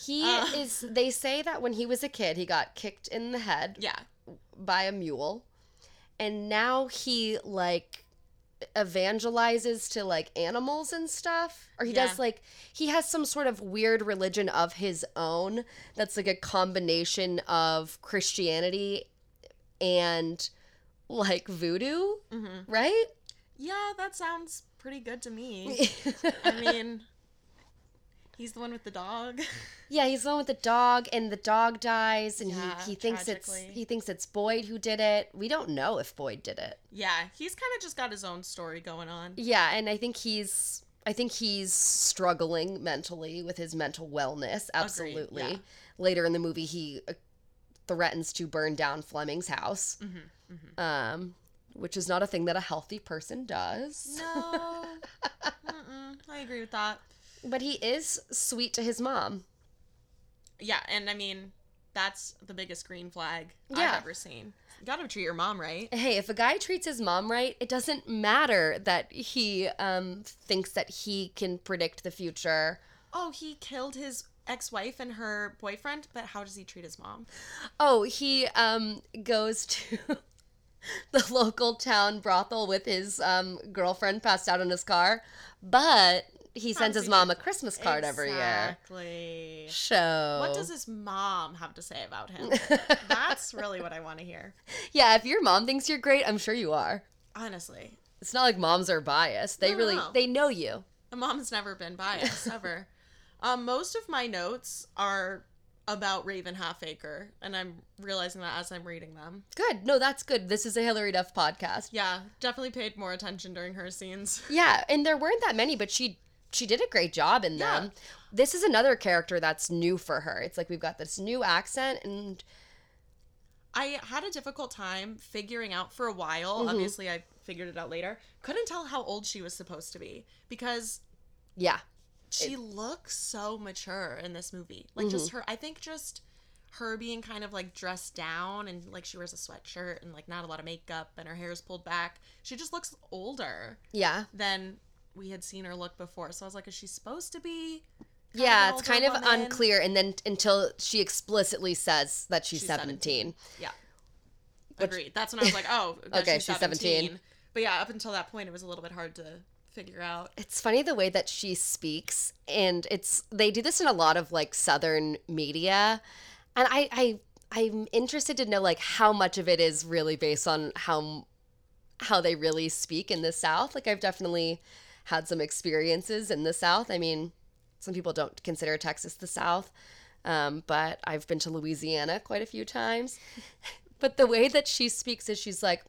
B: He
A: Uh.
B: is, they say that when he was a kid, he got kicked in the head.
A: Yeah.
B: by a mule and now he like evangelizes to like animals and stuff or he does
A: Yeah.
B: like he has some sort of weird religion of his own that's like a combination of christianity and like voodoo
A: Mhm.
B: right
A: Yeah, that sounds pretty good to me. I mean, he's the one with the dog.
B: yeah he's the one with the dog and the dog dies and
A: Yeah,
B: he, he thinks
A: tragically.
B: it's he thinks it's boyd who did it we don't know if boyd did it
A: yeah, he's kind of just got his own story going on.
B: Yeah, and I think he's I think he's struggling mentally with his mental wellness. Absolutely.
A: yeah.
B: Later in the movie, he uh, threatens to burn down Fleming's house,
A: hmm hmm
B: um, which is not a thing that a healthy person does.
A: No. Mm-mm, I agree with that.
B: But he is sweet to his mom.
A: Yeah, and I mean, that's the biggest green flag
B: Yeah.
A: I've ever seen. You gotta treat your mom right.
B: Hey, if a guy treats his mom right, it doesn't matter that he um, thinks that he can predict the future.
A: Oh, he killed his ex wife and her boyfriend, but how does he treat his mom?
B: Oh, he um goes to the local town brothel with his um girlfriend passed out in his car, but he sends his
A: Prostitute.
B: mom a Christmas card every year.
A: Exactly.
B: So
A: uh, What does his mom have to say about him? That's really what I want to hear.
B: yeah, if your mom thinks you're great, I'm sure you are.
A: Honestly,
B: It's not like moms are biased. They
A: No,
B: really
A: no.
B: they know you.
A: a mom's never been biased ever. um, most of my notes are about Raven Halfacre, and I'm realizing that as I'm reading them.
B: Good. No, that's good. This is a Hillary Duff podcast.
A: Yeah, definitely paid more attention during her scenes.
B: Yeah, and there weren't that many, but she she did a great job in
A: Yeah.
B: them. This is another character that's new for her. It's like we've got this new accent and
A: I had a difficult time figuring out for a while.
B: Mhm.
A: Obviously, I figured it out later. Couldn't tell how old she was supposed to be because
B: yeah.
A: she looks so mature in this movie. Like just
B: Mm-hmm.
A: her, I think just her being kind of like dressed down and like she wears a sweatshirt and like not a lot of makeup and her hair is pulled back. She just looks older
B: Yeah.
A: than we had seen her look before. So I was like, is she supposed to be? kind of
B: Yeah,
A: an
B: it's
A: older
B: kind of
A: woman?
B: unclear, and then until she explicitly says that she's,
A: She's
B: 17.
A: 17. Yeah,
B: Which-
A: agreed. That's when I was like, oh, that
B: Okay,
A: she's,
B: she's
A: 17.
B: 17.
A: But yeah, up until that point, it was a little bit hard to figure out.
B: It's funny the way that she speaks, and it's they do this in a lot of like Southern media, and I I I'm interested to know like how much of it is really based on how how they really speak in the South. Like I've definitely had some experiences in the South. I mean, some people don't consider Texas the South, um, but I've been to Louisiana quite a few times. but the way that she speaks is she's like,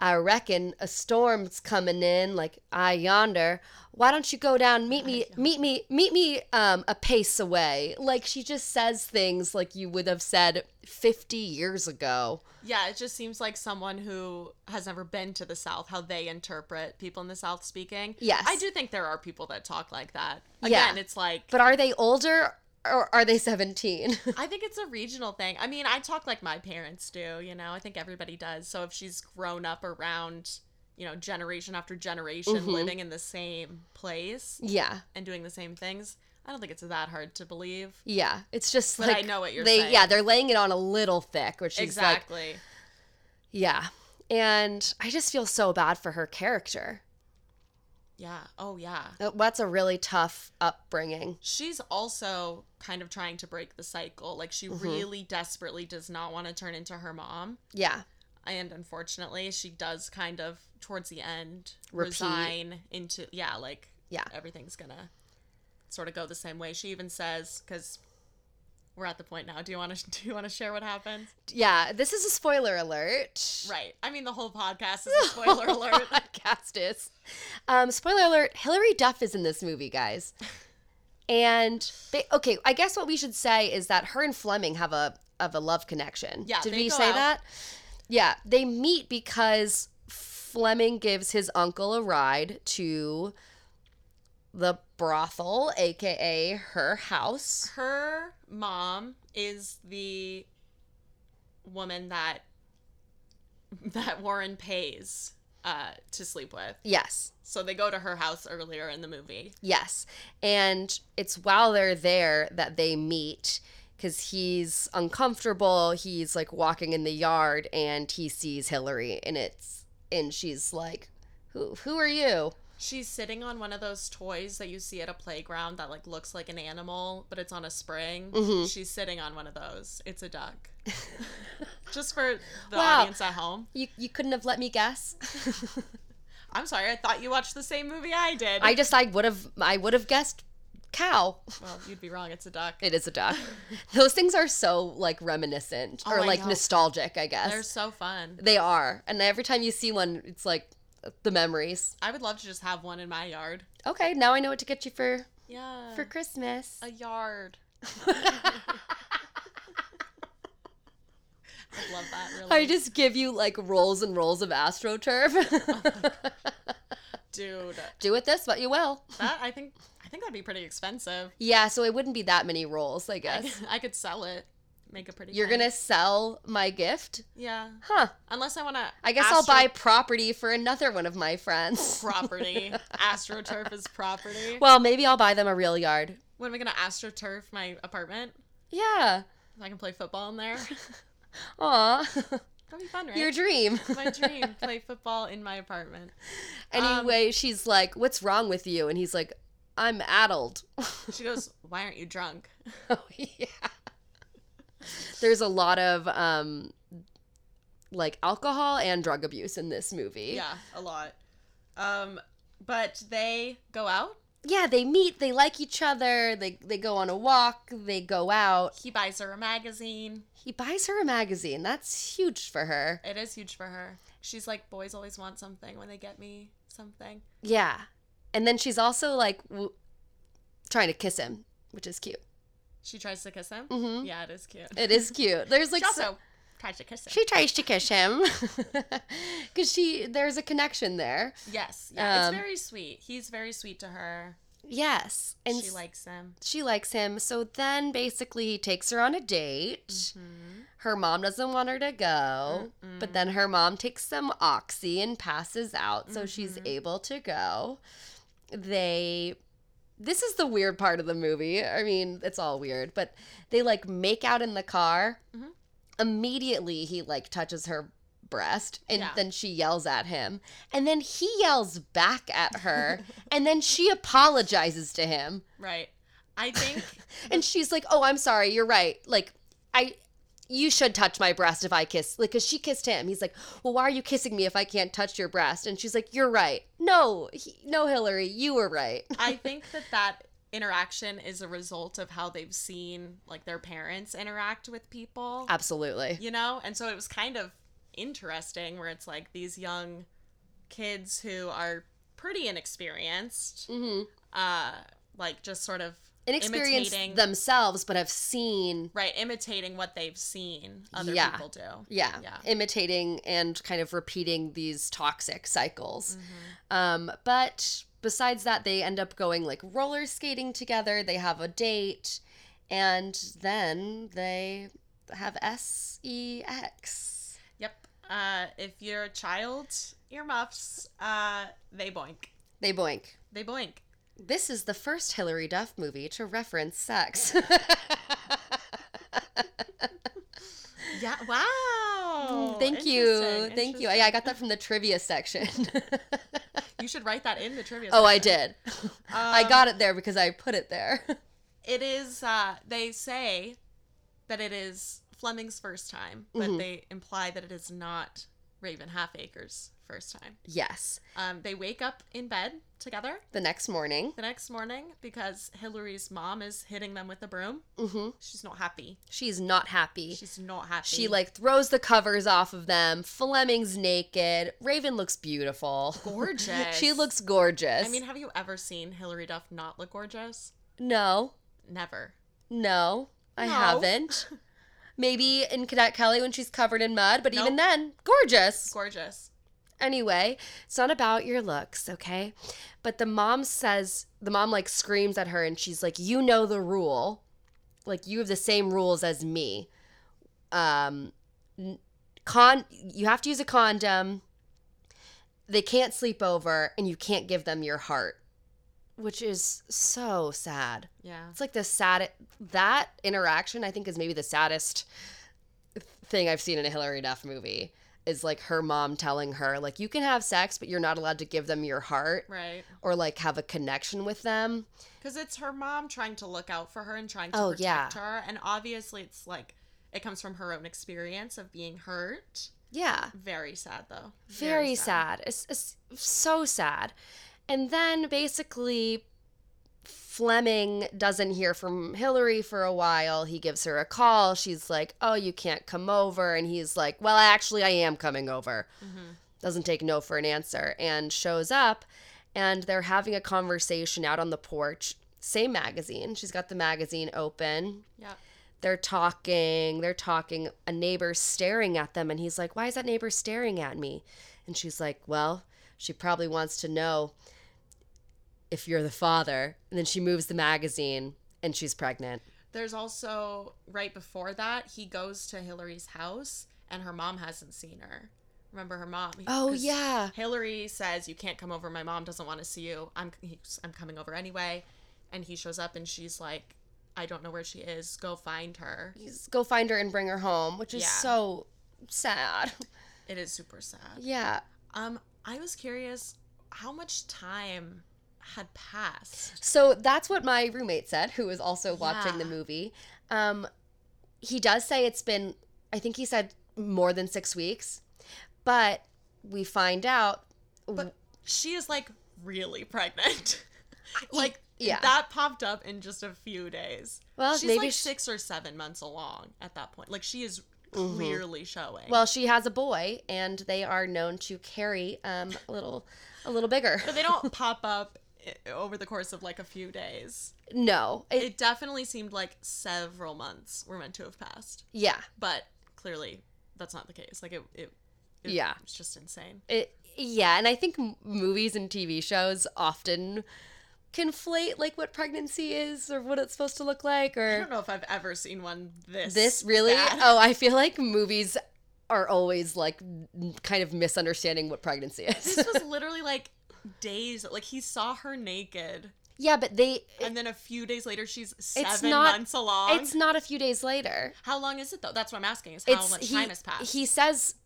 B: I reckon a storm's coming in, like I yonder. Why don't you go down? Meet me, meet me, meet me um, a pace away. Like she just says things like you would have said 50 years ago.
A: Yeah, it just seems like someone who has never been to the South, how they interpret people in the South speaking.
B: Yes.
A: I do think there are people that talk like that.
B: Yeah.
A: Again, it's like
B: But are they older or are they 17?
A: I think it's a regional thing. I mean, I talk like my parents do, you know. I think everybody does. So if she's grown up around, you know, generation after generation
B: Mhm.
A: living in the same place
B: yeah.
A: and doing the same things, I don't think it's that hard to believe.
B: Yeah. It's just
A: But I
B: like
A: know what you're
B: they
A: saying.
B: yeah, they're laying it on a little thick, which is like
A: exactly.
B: yeah. And I just feel so bad for her character.
A: yeah. Oh yeah.
B: Uh, That's a really tough upbringing.
A: She's also kind of trying to break the cycle. Like she
B: Mhm.
A: really desperately does not want to turn into her mom.
B: Yeah.
A: and unfortunately she does kind of towards the end
B: Repeat.
A: resign into yeah like
B: Yeah.
A: everything's gonna sort of go the same way she even says because we're at the point now do you want to do you want to share what happens
B: Yeah, this is a spoiler alert.
A: right i mean the whole podcast is a spoiler alert
B: Podcast is. Um, spoiler alert: Hilary Duff is in this movie, guys. And they, okay, I guess what we should say is that her and Fleming have a of a love connection.
A: Yeah,
B: did
A: they
B: we
A: go
B: say
A: out.
B: that? Yeah, they meet because Fleming gives his uncle a ride to the brothel, aka her house.
A: her mom is the woman that that warren pays uh, to sleep with
B: Yes.
A: so they go to her house earlier in the movie
B: Yes. And it's while they're there that they meet because he's uncomfortable. He's like walking in the yard and he sees Hillary and it's, and she's like, Who who are you?
A: She's sitting on one of those toys that you see at a playground that like looks like an animal, but it's on a spring.
B: Mhm.
A: She's sitting on one of those. It's a duck. Just for the
B: Wow.
A: audience at home.
B: You you couldn't have let me guess.
A: I'm sorry, I thought you watched the same movie I did.
B: I just I would have I would have guessed cow.
A: well, you'd be wrong. It's a duck.
B: It is a duck. Those things are so like reminiscent
A: Oh,
B: or
A: I
B: like
A: know.
B: nostalgic, I guess.
A: They're so fun.
B: They are. And every time you see one, it's like the memories.
A: I would love to just have one in my yard.
B: Okay, now I know what to get you for
A: Yeah.
B: for Christmas.
A: a yard. I love that really.
B: I just give you like rolls and rolls of AstroTurf.
A: dude.
B: Do with this what you will.
A: That I think I think that'd be pretty expensive.
B: Yeah, so it wouldn't be that many rolls, I
A: I-
B: guess.
A: I, could sell it. Make a pretty
B: You're
A: penny.
B: gonna sell my gift?
A: Yeah.
B: Huh.
A: Unless I wanna
B: I guess I'll buy property for another one of my friends.
A: property. AstroTurf is property.
B: well, maybe I'll buy them a real yard.
A: When am I gonna AstroTurf my apartment?
B: Yeah.
A: If I can play football in there.
B: Aw.
A: That'd be fun, right?
B: Your dream.
A: my dream. Play football in my apartment.
B: Anyway, she's like, What's wrong with you? And he's like, I'm addled.
A: She goes, Why aren't you drunk?
B: Oh yeah. There's a lot of um like alcohol and drug abuse in this movie.
A: Yeah, a lot. Um, but they go out.
B: Yeah, they meet, they like each other, they they go on a walk, they go out.
A: He buys her a magazine.
B: He buys her a magazine. That's huge for her.
A: It is huge for her. She's like, boys always want something when they get me something.
B: Yeah. And then she's also like w- trying to kiss him, which is cute.
A: She tries to kiss him.
B: Mhm.
A: Yeah, it is cute.
B: It is cute. There's like
A: she also
B: so-
A: tries to kiss him.
B: she tries to kiss him cuz she there's a connection there.
A: yes, yeah,
B: Um,
A: it's very sweet. He's very sweet to her.
B: Yes. And
A: she likes him.
B: she likes him. So then basically he takes her on a date.
A: Mm-hmm.
B: Her mom doesn't want her to go, Mm-hmm. Oh, but then her mom takes some oxy and passes out, so she's able to go. They this is the weird part of the movie. I mean, it's all weird, but they like make out in the car.
A: Mhm.
B: Immediately he like touches her breast and
A: Yeah.
B: then she yells at him. And then he yells back at her and then she apologizes to him.
A: Right. I think
B: And she's like, "Oh, I'm sorry. You're right. Like, I, you should touch my breast if I kiss. Like, cause she kissed him. He's like, well, why are you kissing me if I can't touch your breast? And she's like, you're right. No, he, no, Hillary, you were right.
A: I think that that interaction is a result of how they've seen like their parents interact with people.
B: Absolutely.
A: you know and so it was kind of interesting where it's like these young kids who are pretty inexperienced
B: Mm-hmm.
A: uh like just sort of
B: Inexperienced
A: imitating
B: themselves, but have seen,
A: right imitating what they've seen other
B: Yeah.
A: people do
B: yeah,
A: Yeah.
B: imitating and kind of repeating these toxic cycles.
A: Mm-hmm.
B: Um, but besides that, they end up going like roller skating together. They have a date, and then they have E sex.
A: yep uh if you're a child earmuffs uh they boink
B: They boink.
A: they boink
B: This is the first Hillary Duff movie to reference sex.
A: yeah wow
B: Mm, Thank you.
A: Oh, Interesting,
B: Thank you.
A: interesting.
B: Yeah, I got that from the trivia section.
A: you should write that in the trivia
B: oh, I
A: section.
B: did. I
A: Um,
B: got it there because I put it there.
A: it is uh they say that it is Fleming's first time, but
B: Mhm.
A: they imply that it is not Raven Halfacre's first time.
B: yes.
A: Um, they wake up in bed together
B: The next morning.
A: the next morning because Hillary's mom is hitting them with a broom.
B: hmm
A: She's not happy.
B: She's not happy.
A: Mm-hmm. She's not happy.
B: She like throws the covers off of them. Fleming's naked. Raven looks beautiful.
A: gorgeous.
B: she looks gorgeous.
A: I mean, have you ever seen Hillary Duff not look gorgeous?
B: no,
A: Never.
B: no, I
A: No.
B: haven't. Maybe in Cadet Kelly when she's covered in mud, but even
A: Nope.
B: then, gorgeous.
A: Gorgeous.
B: Anyway, it's not about your looks, okay? But the mom says, the mom like screams at her and she's like, You know the rule. Like, you have the same rules as me. Um, n- con, you have to use a condom. They can't sleep over and you can't give them your heart, which is so sad.
A: Yeah.
B: It's like the sad, that interaction, I think, is maybe the saddest thing I've seen in a Hillary Duff movie. is like her mom telling her like you can have sex but you're not allowed to give them your heart
A: Right.
B: or like have a connection with them.
A: Because it's her mom trying to look out for her and trying to
B: Oh,
A: protect
B: yeah.
A: her. And obviously, it's like it comes from her own experience of being hurt.
B: Yeah.
A: Very sad, though.
B: very sad. It's, it's so sad. And then basically, Fleming doesn't hear from Hillary for a while. He gives her a call. She's like, Oh, you can't come over. And he's like, Well, actually, I am coming over.
A: Mhm.
B: Doesn't take no for an answer and shows up. And they're having a conversation out on the porch. Same magazine. She's got the magazine open
A: Yep.
B: they're talking, they're talking, a neighbor's staring at them, and he's like, Why is that neighbor staring at me? And she's like, Well, she probably wants to know if you're the father. And then she moves the magazine and she's pregnant.
A: There's also right before that, he goes to Hillary's house and her mom hasn't seen her. Remember her mom? He-
B: Oh,
A: 'cause
B: yeah.
A: Hillary says you can't come over. My mom doesn't want to see you. I'm he's, I'm coming over anyway, and he shows up and she's like, I don't know where she is. Go find her.
B: He's, go find her and bring her home, which is
A: Yeah.
B: so sad.
A: It is super sad.
B: yeah.
A: Um, I was curious how much time had passed.
B: So that's what my roommate said, who was also watching the
A: Yeah.
B: movie. Um, he does say it's been, I think he said more than six weeks, but we find out.
A: But she is like really pregnant. like
B: yeah.
A: that popped up in just a few days.
B: well,
A: She's
B: maybe
A: like
B: she-
A: six or seven months along at that point. Like she is
B: Mhm.
A: clearly showing.
B: well, she has a boy, and they are known to carry um, a little, a little bigger.
A: but they don't pop up i- over the course of like a few days.
B: No, it,
A: It definitely seemed like several months were meant to have passed,
B: yeah,
A: but clearly that's not the case. Like it, it, it
B: Yeah.
A: it's just insane.
B: it, yeah, and I think m- movies and TV shows often conflate like what pregnancy is or what it's supposed to look like, or
A: I don't know if I've ever seen one this
B: this really
A: bad.
B: oh i feel like movies are always like n- kind of misunderstanding what pregnancy is
A: this was literally like days. Like he saw her naked,
B: yeah but they
A: and then a few days later she's seven
B: not-
A: months along.
B: it's not a few days later
A: how long is it though? That's what I'm asking. Is how
B: it's
A: much
B: he,
A: time has passed?
B: he says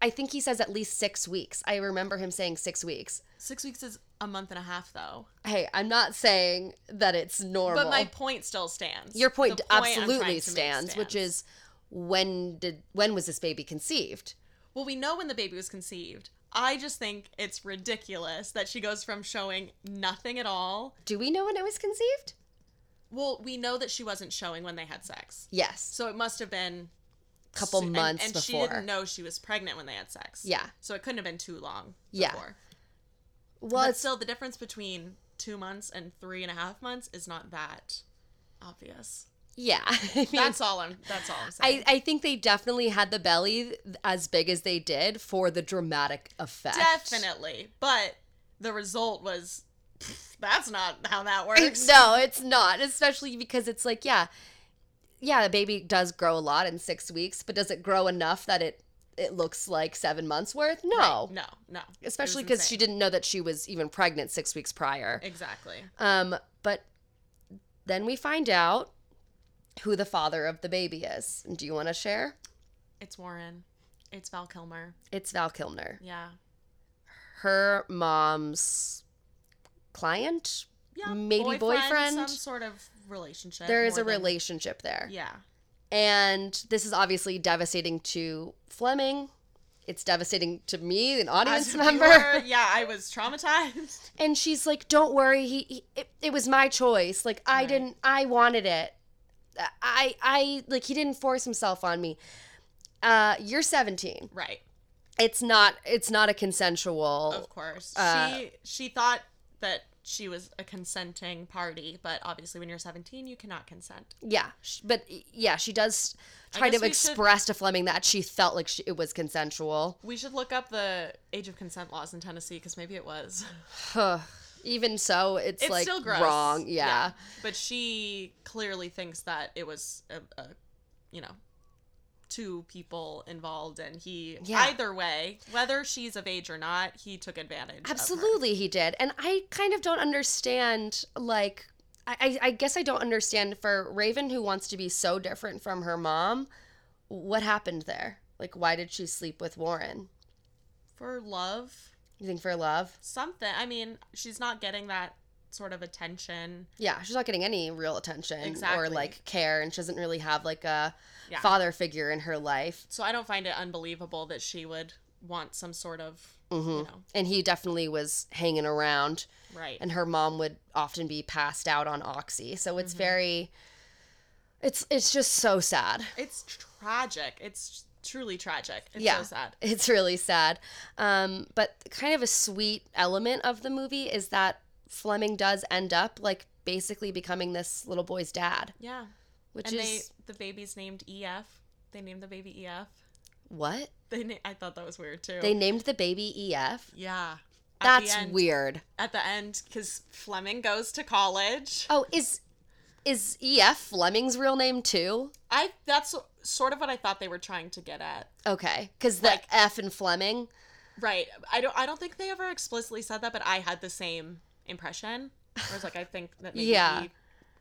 B: i think he says at least six weeks i remember him saying six weeks
A: Six weeks is a month and a half though.
B: hey i'm not saying that it's normal
A: But my point still stands.
B: your point,
A: The I'm trying to
B: absolutely
A: make
B: stands which is when did when was this baby conceived
A: well, we know when the baby was conceived. I just think it's ridiculous that she goes from showing nothing at all.
B: do we know when it was conceived
A: Well, we know that she wasn't showing when they had sex,
B: yes
A: so it must have been
B: couple
A: so- and-
B: months
A: and,
B: before
A: she didn't know she was pregnant when they had sex.
B: yeah
A: So it couldn't have been too long.
B: Yeah.
A: Before.
B: well
A: but
B: it's
A: still, the difference between two months and three and a half months is not that obvious.
B: yeah I mean,
A: That's all I'm. That's all I'm
B: I,
A: saying.
B: I think they definitely had the belly as big as they did for the dramatic effect.
A: Definitely, but the result was pff, that's not how that works.
B: No, it's not, especially because it's like, yeah, yeah, the baby does grow a lot in six weeks, but does it grow enough that it it looks like seven months worth? No,
A: Right, no, no. It was
B: especially because she
A: insane.
B: didn't know that she was even pregnant six weeks prior.
A: exactly.
B: Um, but then we find out who the father of the baby is. Do you want to share?
A: It's Warren. It's Val Kilmer.
B: It's Val Kilmer,
A: Yeah.
B: her mom's client,
A: Yeah.
B: Maybe boyfriend?
A: Some sort of relationship.
B: there is
A: more
B: a
A: than-
B: relationship there.
A: Yeah.
B: And this is obviously devastating to Fleming. It's devastating to me, an audience
A: As a
B: member.
A: viewer, yeah, I was traumatized.
B: And she's like, "Don't worry, he, he it, it was my choice. Like I
A: Right.
B: didn't I wanted it. I I like he didn't force himself on me. Uh you're 17.
A: right.
B: It's not it's not a consensual.
A: Of course.
B: uh,
A: she she thought that she was a consenting party, but obviously when you're 17, you cannot consent.
B: Yeah, sh- but yeah, she does
A: I
B: try
A: guess
B: to
A: we should-
B: express to Fleming that she felt like she, it was consensual.
A: We should look up the age of consent laws in Tennessee because maybe it was.
B: Huh. Even so, it's,
A: It's
B: like
A: still gross.
B: wrong. Yeah.
A: But she clearly thinks that it was a, a you know, two people involved and he
B: Yeah.
A: either way, whether she's of age or not, he took advantage. of her.
B: Absolutely, he did. And I kind of don't understand, like, I, I, I guess I don't understand for Raven, who wants to be so different from her mom, what happened there? Like, why did she sleep with Warren?
A: For love,
B: You think for love?
A: something. I mean, she's not getting that sort of attention.
B: Yeah, she's not getting any real attention
A: Exactly.
B: or like care, and she doesn't really have like a
A: Yeah.
B: father figure in her life.
A: So I don't find it unbelievable that she would want some sort of,
B: hmm
A: you know,
B: And he definitely was hanging around,
A: right.
B: and her mom would often be passed out on oxy. So it's
A: Mhm.
B: very, it's it's just so sad.
A: it's tragic. It's truly tragic. It's
B: Yeah.
A: so sad.
B: It's really sad. Um, but kind of a sweet element of the movie is that Fleming does end up like basically becoming this little boy's dad,
A: Yeah.
B: which
A: and
B: is
A: they the baby's named EF. They named the baby EF.
B: what
A: They na- I thought that was weird too.
B: they named the baby EF.
A: yeah. At the
B: That's
A: end-
B: weird.
A: At the end, because Fleming goes to college.
B: Oh, is is EF Fleming's real name too?
A: I that's sort of what I thought they were trying to get at.
B: Okay, because the
A: Like-
B: F in Fleming.
A: Right. I don't I don't think they ever explicitly said that, but I had the same impression. I was like, I think that maybe
B: Yeah.
A: he-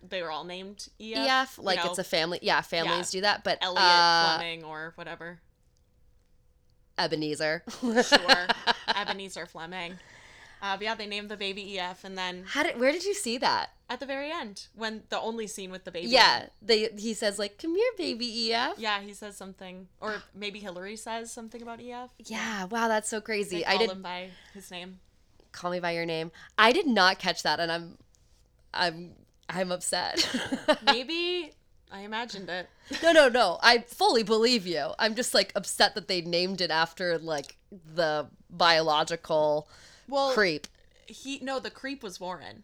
A: they were all named EF.
B: EF,
A: you
B: E like
A: know,
B: it's a family. Yeah, families do that, but
A: Elliot
B: uh,
A: Fleming or whatever.
B: Ebenezer.
A: Sure. Ebenezer Fleming. Uh, but yeah, they named the baby EF, and then
B: How did? Where did you see that?
A: at the very end, when the only scene with the baby.
B: Yeah, they he says like, "Come here, baby E EF."
A: Yeah, he says something, or maybe Hillary says something about EF.
B: Yeah, wow, that's so
A: They
B: crazy.
A: call
B: I did
A: him by his name.
B: call me by your name. I did not catch that, and I'm, I'm, I'm upset.
A: Maybe I imagined it.
B: no, no, no. I fully believe you. I'm just like upset that they named it after like the biological
A: Well,
B: creep.
A: he no, the creep was Warren.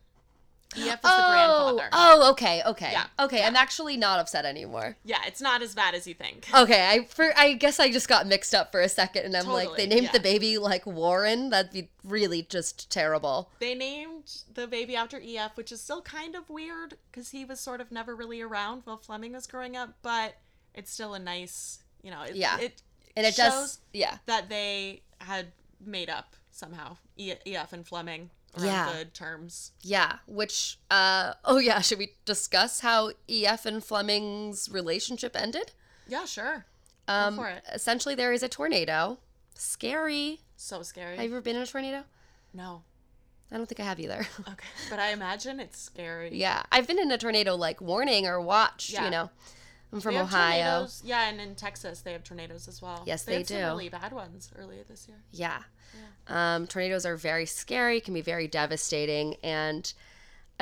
A: EF is the
B: Oh,
A: grandfather.
B: oh, okay, okay,
A: Yeah,
B: okay. I'm actually not upset anymore.
A: Yeah, it's not as bad as you think.
B: Okay, I for, I guess I just got mixed up for a second, and I'm like,
A: Totally,
B: they named
A: yeah.
B: the baby like Warren. That'd be really just terrible.
A: They named the baby after EF, which is still kind of weird because he was sort of never really around while Fleming was growing up, but it's still a nice, you know, it,
B: Yeah.
A: it
B: And it
A: shows
B: does, yeah.
A: that they had made up somehow E- EF and Fleming are
B: Yeah.
A: on good terms.
B: Yeah, which uh oh yeah, should we discuss how EF and Fleming's relationship ended?
A: Yeah, sure.
B: Um
A: for it.
B: essentially there is a tornado. Scary.
A: So scary.
B: Have you ever been in a tornado?
A: No.
B: I don't think I have either.
A: Okay. But I imagine it's scary.
B: yeah, I've been in a tornado like warning or watched,
A: Yeah.
B: you know. I'm
A: They
B: from
A: have
B: Ohio.
A: tornadoes- Yeah, and in Texas they have tornadoes as well.
B: Yes,
A: they
B: they
A: had some
B: do.
A: really bad ones earlier this year.
B: Yeah. Um, tornadoes are very scary, can be very devastating, and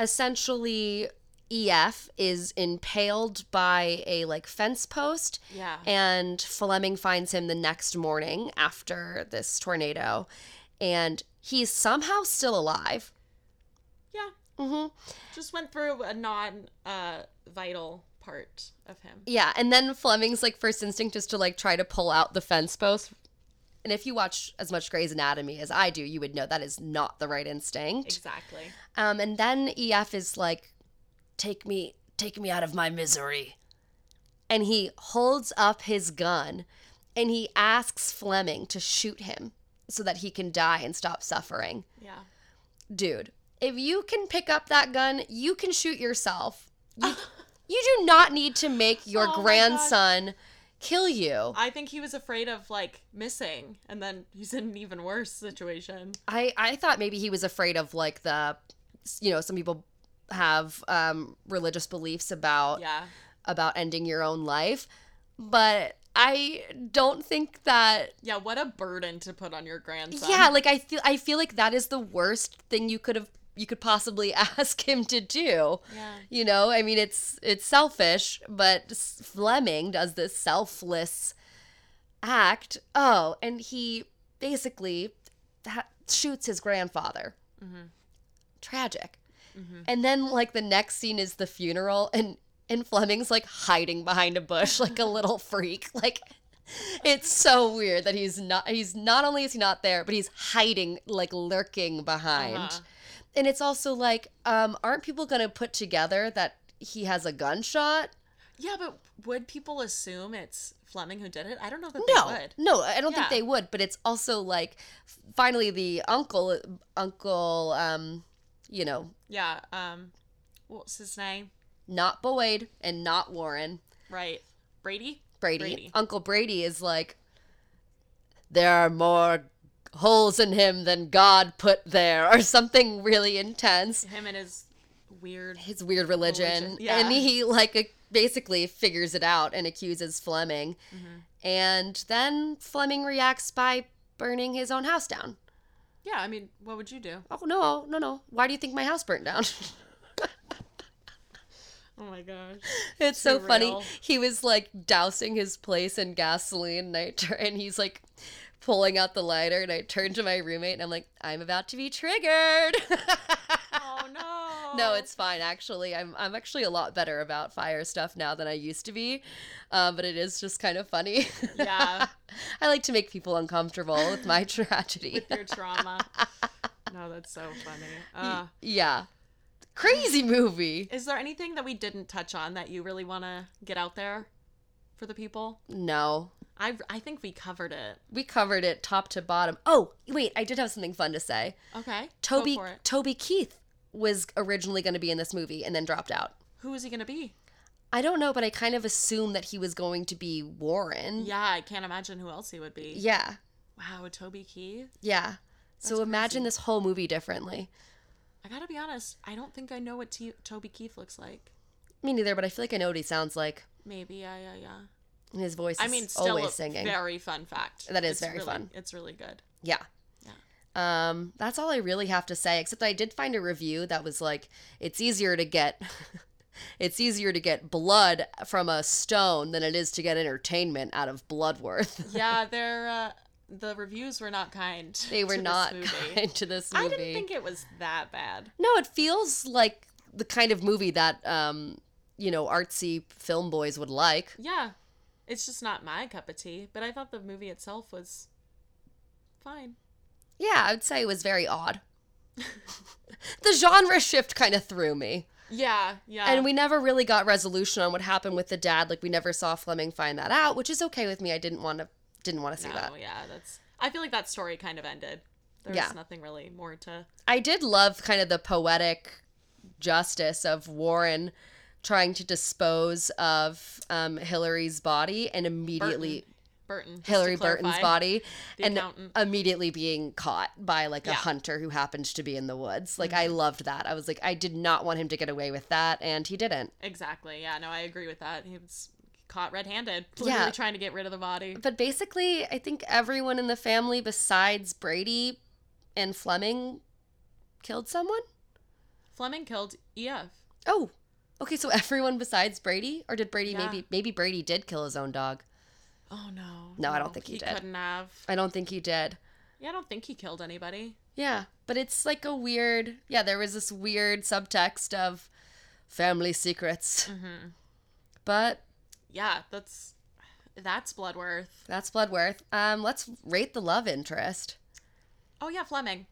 B: essentially EF is impaled by a like fence post
A: Yeah.
B: And Fleming finds him the next morning after this tornado, and he's somehow still alive.
A: yeah.
B: hmm
A: just went through a non uh vital part of him.
B: Yeah, and then Fleming's like first instinct is to like try to pull out the fence post. And if you watch as much Grey's Anatomy as I do, you would know that is not the right instinct.
A: Exactly.
B: Um, and then EF is like, "Take me, take me out of my misery," and he holds up his gun, and he asks Fleming to shoot him so that he can die and stop suffering.
A: Yeah.
B: Dude, if you can pick up that gun, you can shoot yourself. You, you do not need to make your
A: Oh my God.
B: grandson kill you.
A: I think he was afraid of like missing and then he's in an even worse situation.
B: I I thought maybe he was afraid of like the, you know, some people have um religious beliefs about
A: Yeah.
B: about ending your own life, but I don't think that
A: Yeah, what a burden to put on your grandson.
B: yeah, like I feel I feel like that is the worst thing you could have you could possibly ask him to do.
A: Yeah.
B: You know, I mean it's it's selfish, but S- Fleming does this selfless act. Oh, and he basically ha- shoots his grandfather.
A: Mhm.
B: Tragic.
A: Mhm.
B: And then like the next scene is the funeral and and Fleming's like hiding behind a bush like a little freak. Like it's so weird that he's not he's not only is he not there, but he's hiding like lurking behind.
A: Uh-huh.
B: And it's also like um aren't people going to put together that he has a gunshot?
A: Yeah, but would people assume it's Fleming who did it? I don't know that
B: No,
A: they would.
B: no, I don't
A: Yeah.
B: think they would. But it's also like, f- finally, the uncle, uncle, um, you know,
A: Yeah. Um what's his name?
B: not Boyd and not Warren
A: Right. Brady?
B: Brady,
A: Brady.
B: Uncle Brady is like, there are more holes in him than God put there, or something really intense.
A: Him and his weird.
B: His weird religion.
A: Religion, yeah.
B: And he, like, ac- basically figures it out and accuses Fleming.
A: Mm-hmm.
B: And then Fleming reacts by burning his own house down.
A: Yeah, I mean, what would you do?
B: Oh, no, no, no. Why do you think my house burnt down?
A: Oh my gosh.
B: It's
A: Too
B: so funny.
A: real.
B: He was like dousing his place in gasoline, and I tur- and he's like pulling out the lighter, and I turned to my roommate, and I'm like, I'm about to be triggered.
A: Oh no.
B: no, it's fine. Actually, I'm I'm actually a lot better about fire stuff now than I used to be, um, but it is just kind of funny.
A: Yeah.
B: I like to make people uncomfortable with my tragedy.
A: your trauma. No, that's so funny. Uh,
B: yeah, crazy movie.
A: is there anything that we didn't touch on that you really want to get out there for the people?
B: No,
A: I I think we covered it.
B: we covered it top to bottom. Oh, wait, I did have something fun to say.
A: Okay. go
B: Toby
A: for it.
B: Toby Keith was originally going to be in this movie and then dropped out.
A: Who is he gonna be?
B: I don't know, but I kind of assumed that he was going to be Warren.
A: Yeah, I can't imagine who else he would be.
B: Yeah.
A: Wow, Toby Keith.
B: yeah.
A: That's
B: So imagine
A: crazy.
B: this whole movie differently.
A: I gotta be honest. I don't think I know what T- Toby Keith looks like.
B: Me neither, but I feel like I know what he sounds like.
A: Maybe yeah, yeah, yeah.
B: And His voice
A: I
B: is
A: mean, still
B: always
A: a
B: singing.
A: very fun fact.
B: That is
A: It's
B: very
A: really-
B: fun.
A: It's really good.
B: Yeah. Um, that's all I really have to say, except I did find a review that was like, it's easier to get it's easier to get blood from a stone than it is to get entertainment out of Bloodworth.
A: Yeah, they're uh, the reviews were not kind.
B: They were
A: to this
B: not
A: movie.
B: kind to this movie.
A: I didn't think it was that bad.
B: No, it feels like the kind of movie that um, you know, artsy film boys would like.
A: Yeah, it's just not my cup of tea. But I thought the movie itself was fine.
B: Yeah, I would say it was very odd. the genre shift kind of threw me.
A: Yeah, yeah.
B: And we never really got resolution on what happened with the dad. Like we never saw Fleming find that out, which is okay with me. I didn't want to didn't want to see
A: no,
B: that.
A: yeah, that's. I feel like that story kind of ended. There's
B: Yeah.
A: nothing really more to.
B: I did love kind of the poetic justice of Warren trying to dispose of um, Hillary's body and immediately
A: Burton. just to
B: Hillary Burton's
A: clarify,
B: body
A: the
B: and
A: accountant.
B: immediately being caught by like
A: Yeah. Mm-hmm.
B: a hunter who happened to be in the woods. Like I loved that. I was like I did not want him to get away with that and he didn't.
A: Exactly. Yeah. No, I agree with that. He was caught red-handed, literally
B: Yeah.
A: trying to get rid of the body.
B: But basically, I think everyone in the family besides Brady and Fleming killed someone?
A: Fleming killed E EF.
B: Oh. Okay, so everyone besides Brady or did Brady
A: Yeah.
B: maybe maybe Brady did kill his own dog.
A: Oh no.
B: No, I don't think he did.
A: couldn't have.
B: I don't think he did.
A: Yeah, I don't think he killed anybody.
B: Yeah, but it's like a weird. Yeah, there was this weird subtext of family secrets.
A: Mm-hmm,
B: But
A: Yeah, that's that's Bloodworth.
B: that's Bloodworth. Um, let's rate the love interest.
A: Oh yeah, Fleming.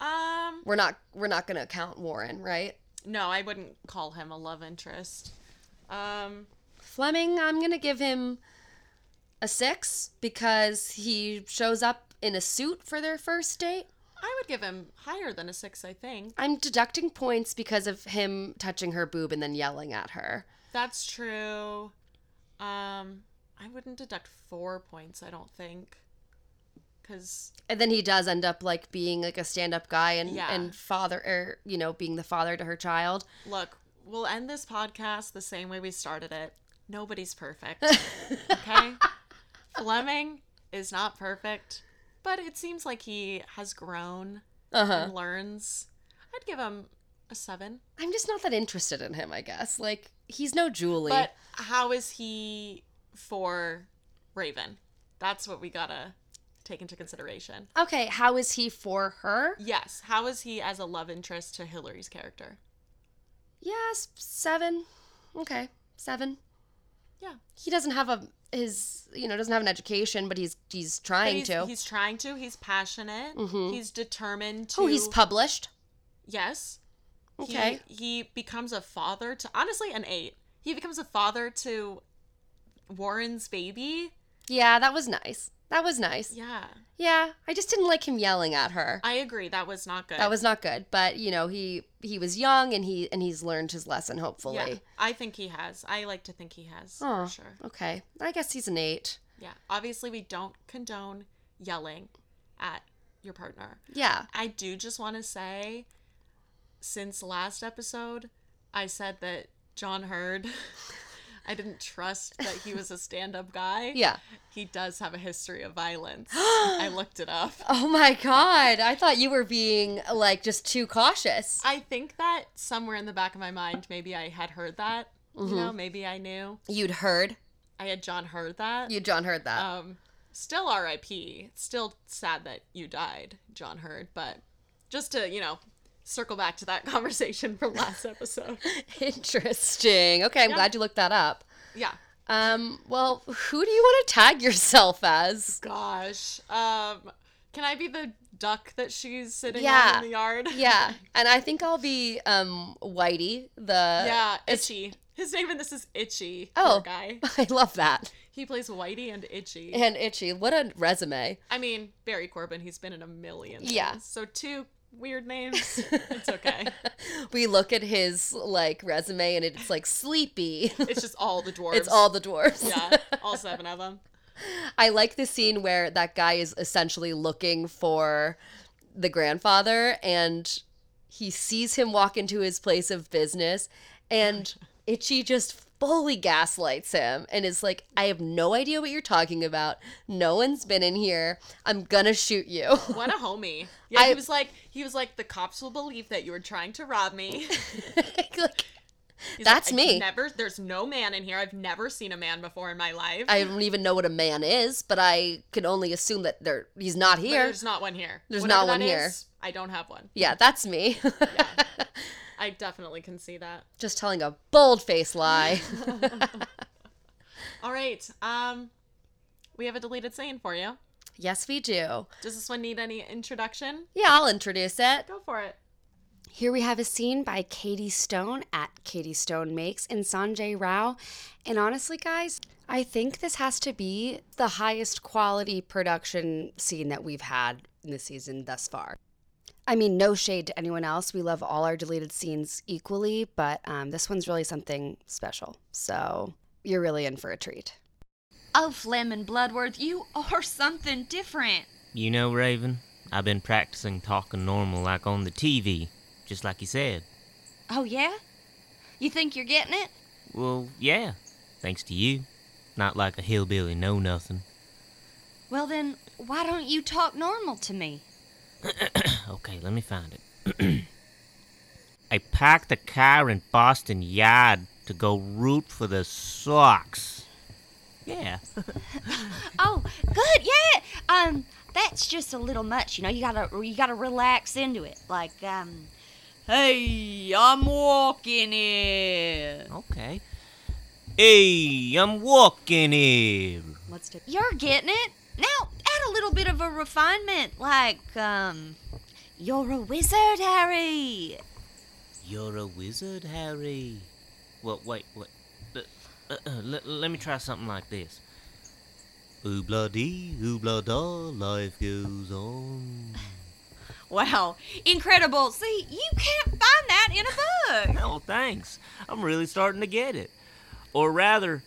A: Um,
B: We're not we're not gonna count Warren, right?
A: no, I wouldn't call him a love interest. Um,
B: Fleming, I'm gonna give him a six because he shows up in a suit for their first date.
A: I would give him higher than a six. I think
B: I'm deducting points because of him touching her boob and then yelling at her.
A: that's true. Um, I wouldn't deduct four points. I don't think, because
B: And then he does end up like being like a stand up guy and,
A: Yeah.
B: and father or you know, being the father to her child.
A: look, we'll end this podcast the same way we started it. Nobody's perfect. Okay. Fleming is not perfect, but it seems like he has grown
B: uh-huh.
A: and learns. I'd give him a seven.
B: I'm just not that interested in him, I guess. Like he's no Julie.
A: But how is he for Raven? That's what we gotta take into consideration.
B: okay, how is he for her?
A: Yes, how is he as a love interest to Hillary's character?
B: Yes, seven. Okay, seven.
A: Yeah.
B: He doesn't have a his you know doesn't have an education, but he's he's
A: But
B: trying
A: he's,
B: to.
A: he's trying to. He's passionate.
B: Mhm.
A: He's determined to.
B: oh, he's published.
A: yes. He-
B: Okay,
A: He, becomes a father to honestly an eight. He becomes a father to Warren's baby.
B: yeah, that was nice. That was nice.
A: Yeah,
B: Yeah, I just didn't like him yelling at her.
A: I agree. That was not good.
B: that was not good. But you know he he was young and he and he's learned his lesson. Hopefully.
A: Yeah, I think he has. I like to think he has
B: Oh.
A: for sure.
B: Okay, I guess he's an eight.
A: Yeah. Obviously, we don't condone yelling at your partner.
B: Yeah.
A: I do just want to say, since last episode, I said that John Hurd, I didn't trust that he was a stand up guy.
B: Yeah.
A: He does have a history of violence. I looked it up.
B: Oh my god. I thought you were being like just too cautious.
A: I think that somewhere in the back of my mind, maybe I had heard that. You know, maybe I knew.
B: You'd heard.
A: I had John heard that.
B: You John heard that.
A: Um, still R.I.P. It's Still sad that you died, John Hurd. But just to you know, circle back to that conversation from last episode.
B: Interesting. Okay, I'm
A: Yeah.
B: glad you looked that up.
A: Yeah.
B: Um, well, who do you want to tag yourself as?
A: Gosh. Um, can I be the duck that she's sitting
B: Yeah.
A: on in the yard?
B: Yeah, and I think I'll be um Whitey the
A: yeah. Itchy. His name in this is Itchy. poor
B: Oh.
A: guy.
B: I love that.
A: He plays Whitey and Itchy.
B: And Itchy, what a resume.
A: I mean, Barry Corbin, he's been in a million things.
B: Yeah.
A: So two weird names. it's okay.
B: We look at his like resume and it's like sleepy.
A: It's just all the dwarves.
B: it's all the dwarfs.
A: Yeah, all seven of them.
B: I like the scene where that guy is essentially looking for the grandfather and he sees him walk into his place of business and Itchy just fully gaslights him and is like, I have no idea what you're talking about. No one's been in here. I'm gonna shoot you.
A: What a homie. Yeah,
B: I-
A: he was like, he was like, the cops will believe that you were trying to rob me.
B: like,
A: He's
B: That's
A: like, "I've
B: me.
A: Never, there's no man in here. I've never seen a man before in my life.
B: I don't even know what a man is, but I can only assume that there he's not
A: But
B: here.
A: There's not one here.
B: There's
A: Whatever
B: not one
A: that
B: here.
A: is, I don't have one.
B: Yeah, that's me.
A: I definitely can see that.
B: Just telling a bold faced lie.
A: All right. Um, we have a deleted saying for you.
B: yes, we do.
A: Does this one need any introduction?
B: Yeah, I'll introduce it.
A: Go for it.
C: Here we have a scene by Katie Stone at Katie Stone Makes and Sanjay Rao. And honestly, guys, I think this has to be the highest quality production scene that we've had in the season thus far. I mean, no shade to anyone else. We love all our deleted scenes equally, but um, this one's really something special. So you're really in for a treat.
D: Oh, Flem and Bloodworth, you are something different.
E: You know, Raven, I've been practicing talking normal like on the TV, just like you said.
D: Oh, yeah? You think you're getting it?
E: Well, yeah, thanks to you. Not like a hillbilly know nothing.
D: Well, then, why don't you talk normal to me?
E: Okay, let me find it. I parked the car in Boston Yard to go root for the Sox. Yeah,
D: Oh, good, yeah. Um, that's just a little much, you know. You gotta, you gotta relax into it. Like, um, hey, I'm walking here.
E: okay. Hey, I'm walking here.
C: Let's take.
D: You're getting it. Now, add a little bit of a refinement, like, um, you're a wizard, Harry.
E: You're a wizard, Harry. Well, wait, wait. Uh, uh, uh, let, let me try something like this. Oobla dee, oobla da, life goes on.
D: Wow, incredible. See, you can't find that in a book.
E: Oh, thanks. I'm really starting to get it. Or rather,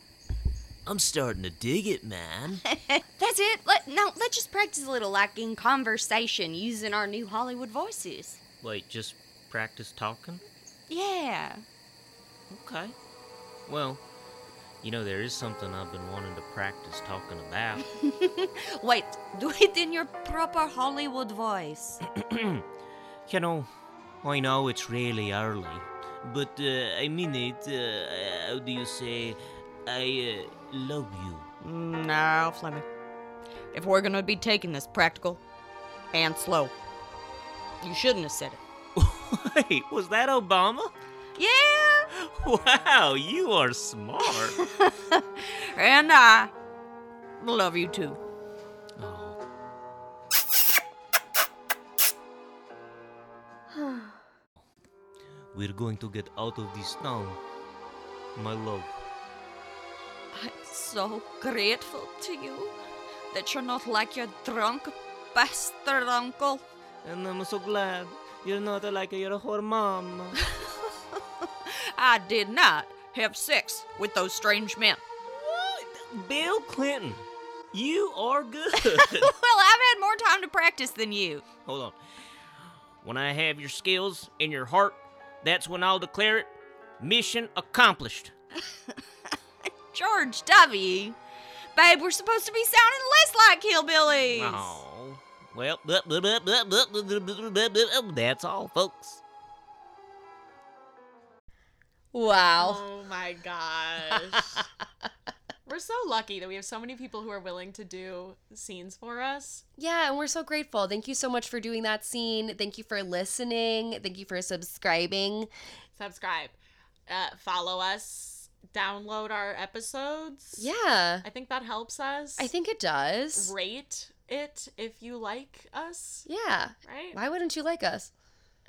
E: I'm starting to dig it, man.
D: That's it. Let, now, let's just practice a little, like in conversation, using our new Hollywood voices.
E: wait, just practice talking?
D: Yeah.
E: Okay. Well, you know, there is something I've been wanting to practice talking about.
D: Wait, do it in your proper Hollywood voice.
E: You know, I know it's really early, but uh, I mean it. Uh, how do you say? I uh, love you.
F: No, Fleming. If we're gonna be taking this practical and slow, you shouldn't have said it.
E: Wait, was that Obama?
D: Yeah.
E: Wow, you are smart.
F: And I love you too.
E: oh. We're going to get out of this town, my love.
F: I'm so grateful to you that you're not like your drunk bastard uncle.
E: And I'm so glad you're not like your whore mom.
F: I did not have sex with those strange men.
E: Bill Clinton. You are good.
D: Well, I've had more time to practice than you.
E: Hold on. When I have your skills in your heart, that's when I'll declare it mission accomplished.
D: George W. Babe, we're supposed to be sounding less like hillbillies.
E: Oh. Well, blah, blah, blah, blah, blah, blah, blah, blah, blah, blah. that's all, folks.
B: Wow.
A: Oh my gosh. We're so lucky that we have so many people who are willing to do scenes for us.
B: Yeah, and we're so grateful. Thank you so much for doing that scene. Thank you for listening. Thank you for subscribing.
A: Subscribe, uh, follow us, download our episodes.
B: Yeah.
A: I think that helps us.
B: I think it does.
A: rate it if you like us,
B: Yeah.
A: right?
B: Why wouldn't you like us?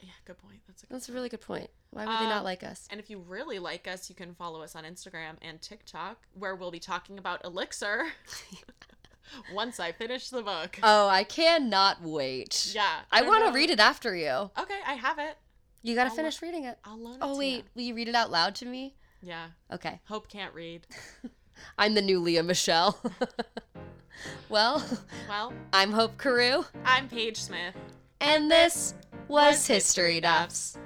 A: Yeah, good point. That's a good
B: That's a really good point. Why would they
A: Um,
B: not like us?
A: And if you really like us, you can follow us on Instagram and TikTok, where we'll be talking about Elixir once I finish the book.
B: Oh, I cannot wait.
A: yeah.
B: I want to
A: know.
B: read it after you.
A: Okay, I have it.
B: You got to
A: I'll-
B: finish reading it.
A: I'll loan it.
B: Oh,
A: to
B: wait.
A: you.
B: Will you read it out loud to me?
A: Yeah.
B: Okay.
A: Hope can't read.
B: I'm the new Leah Michelle. well,
A: Well,
B: I'm Hope Carew,
A: I'm Paige Smith.
B: and this was History Duffs.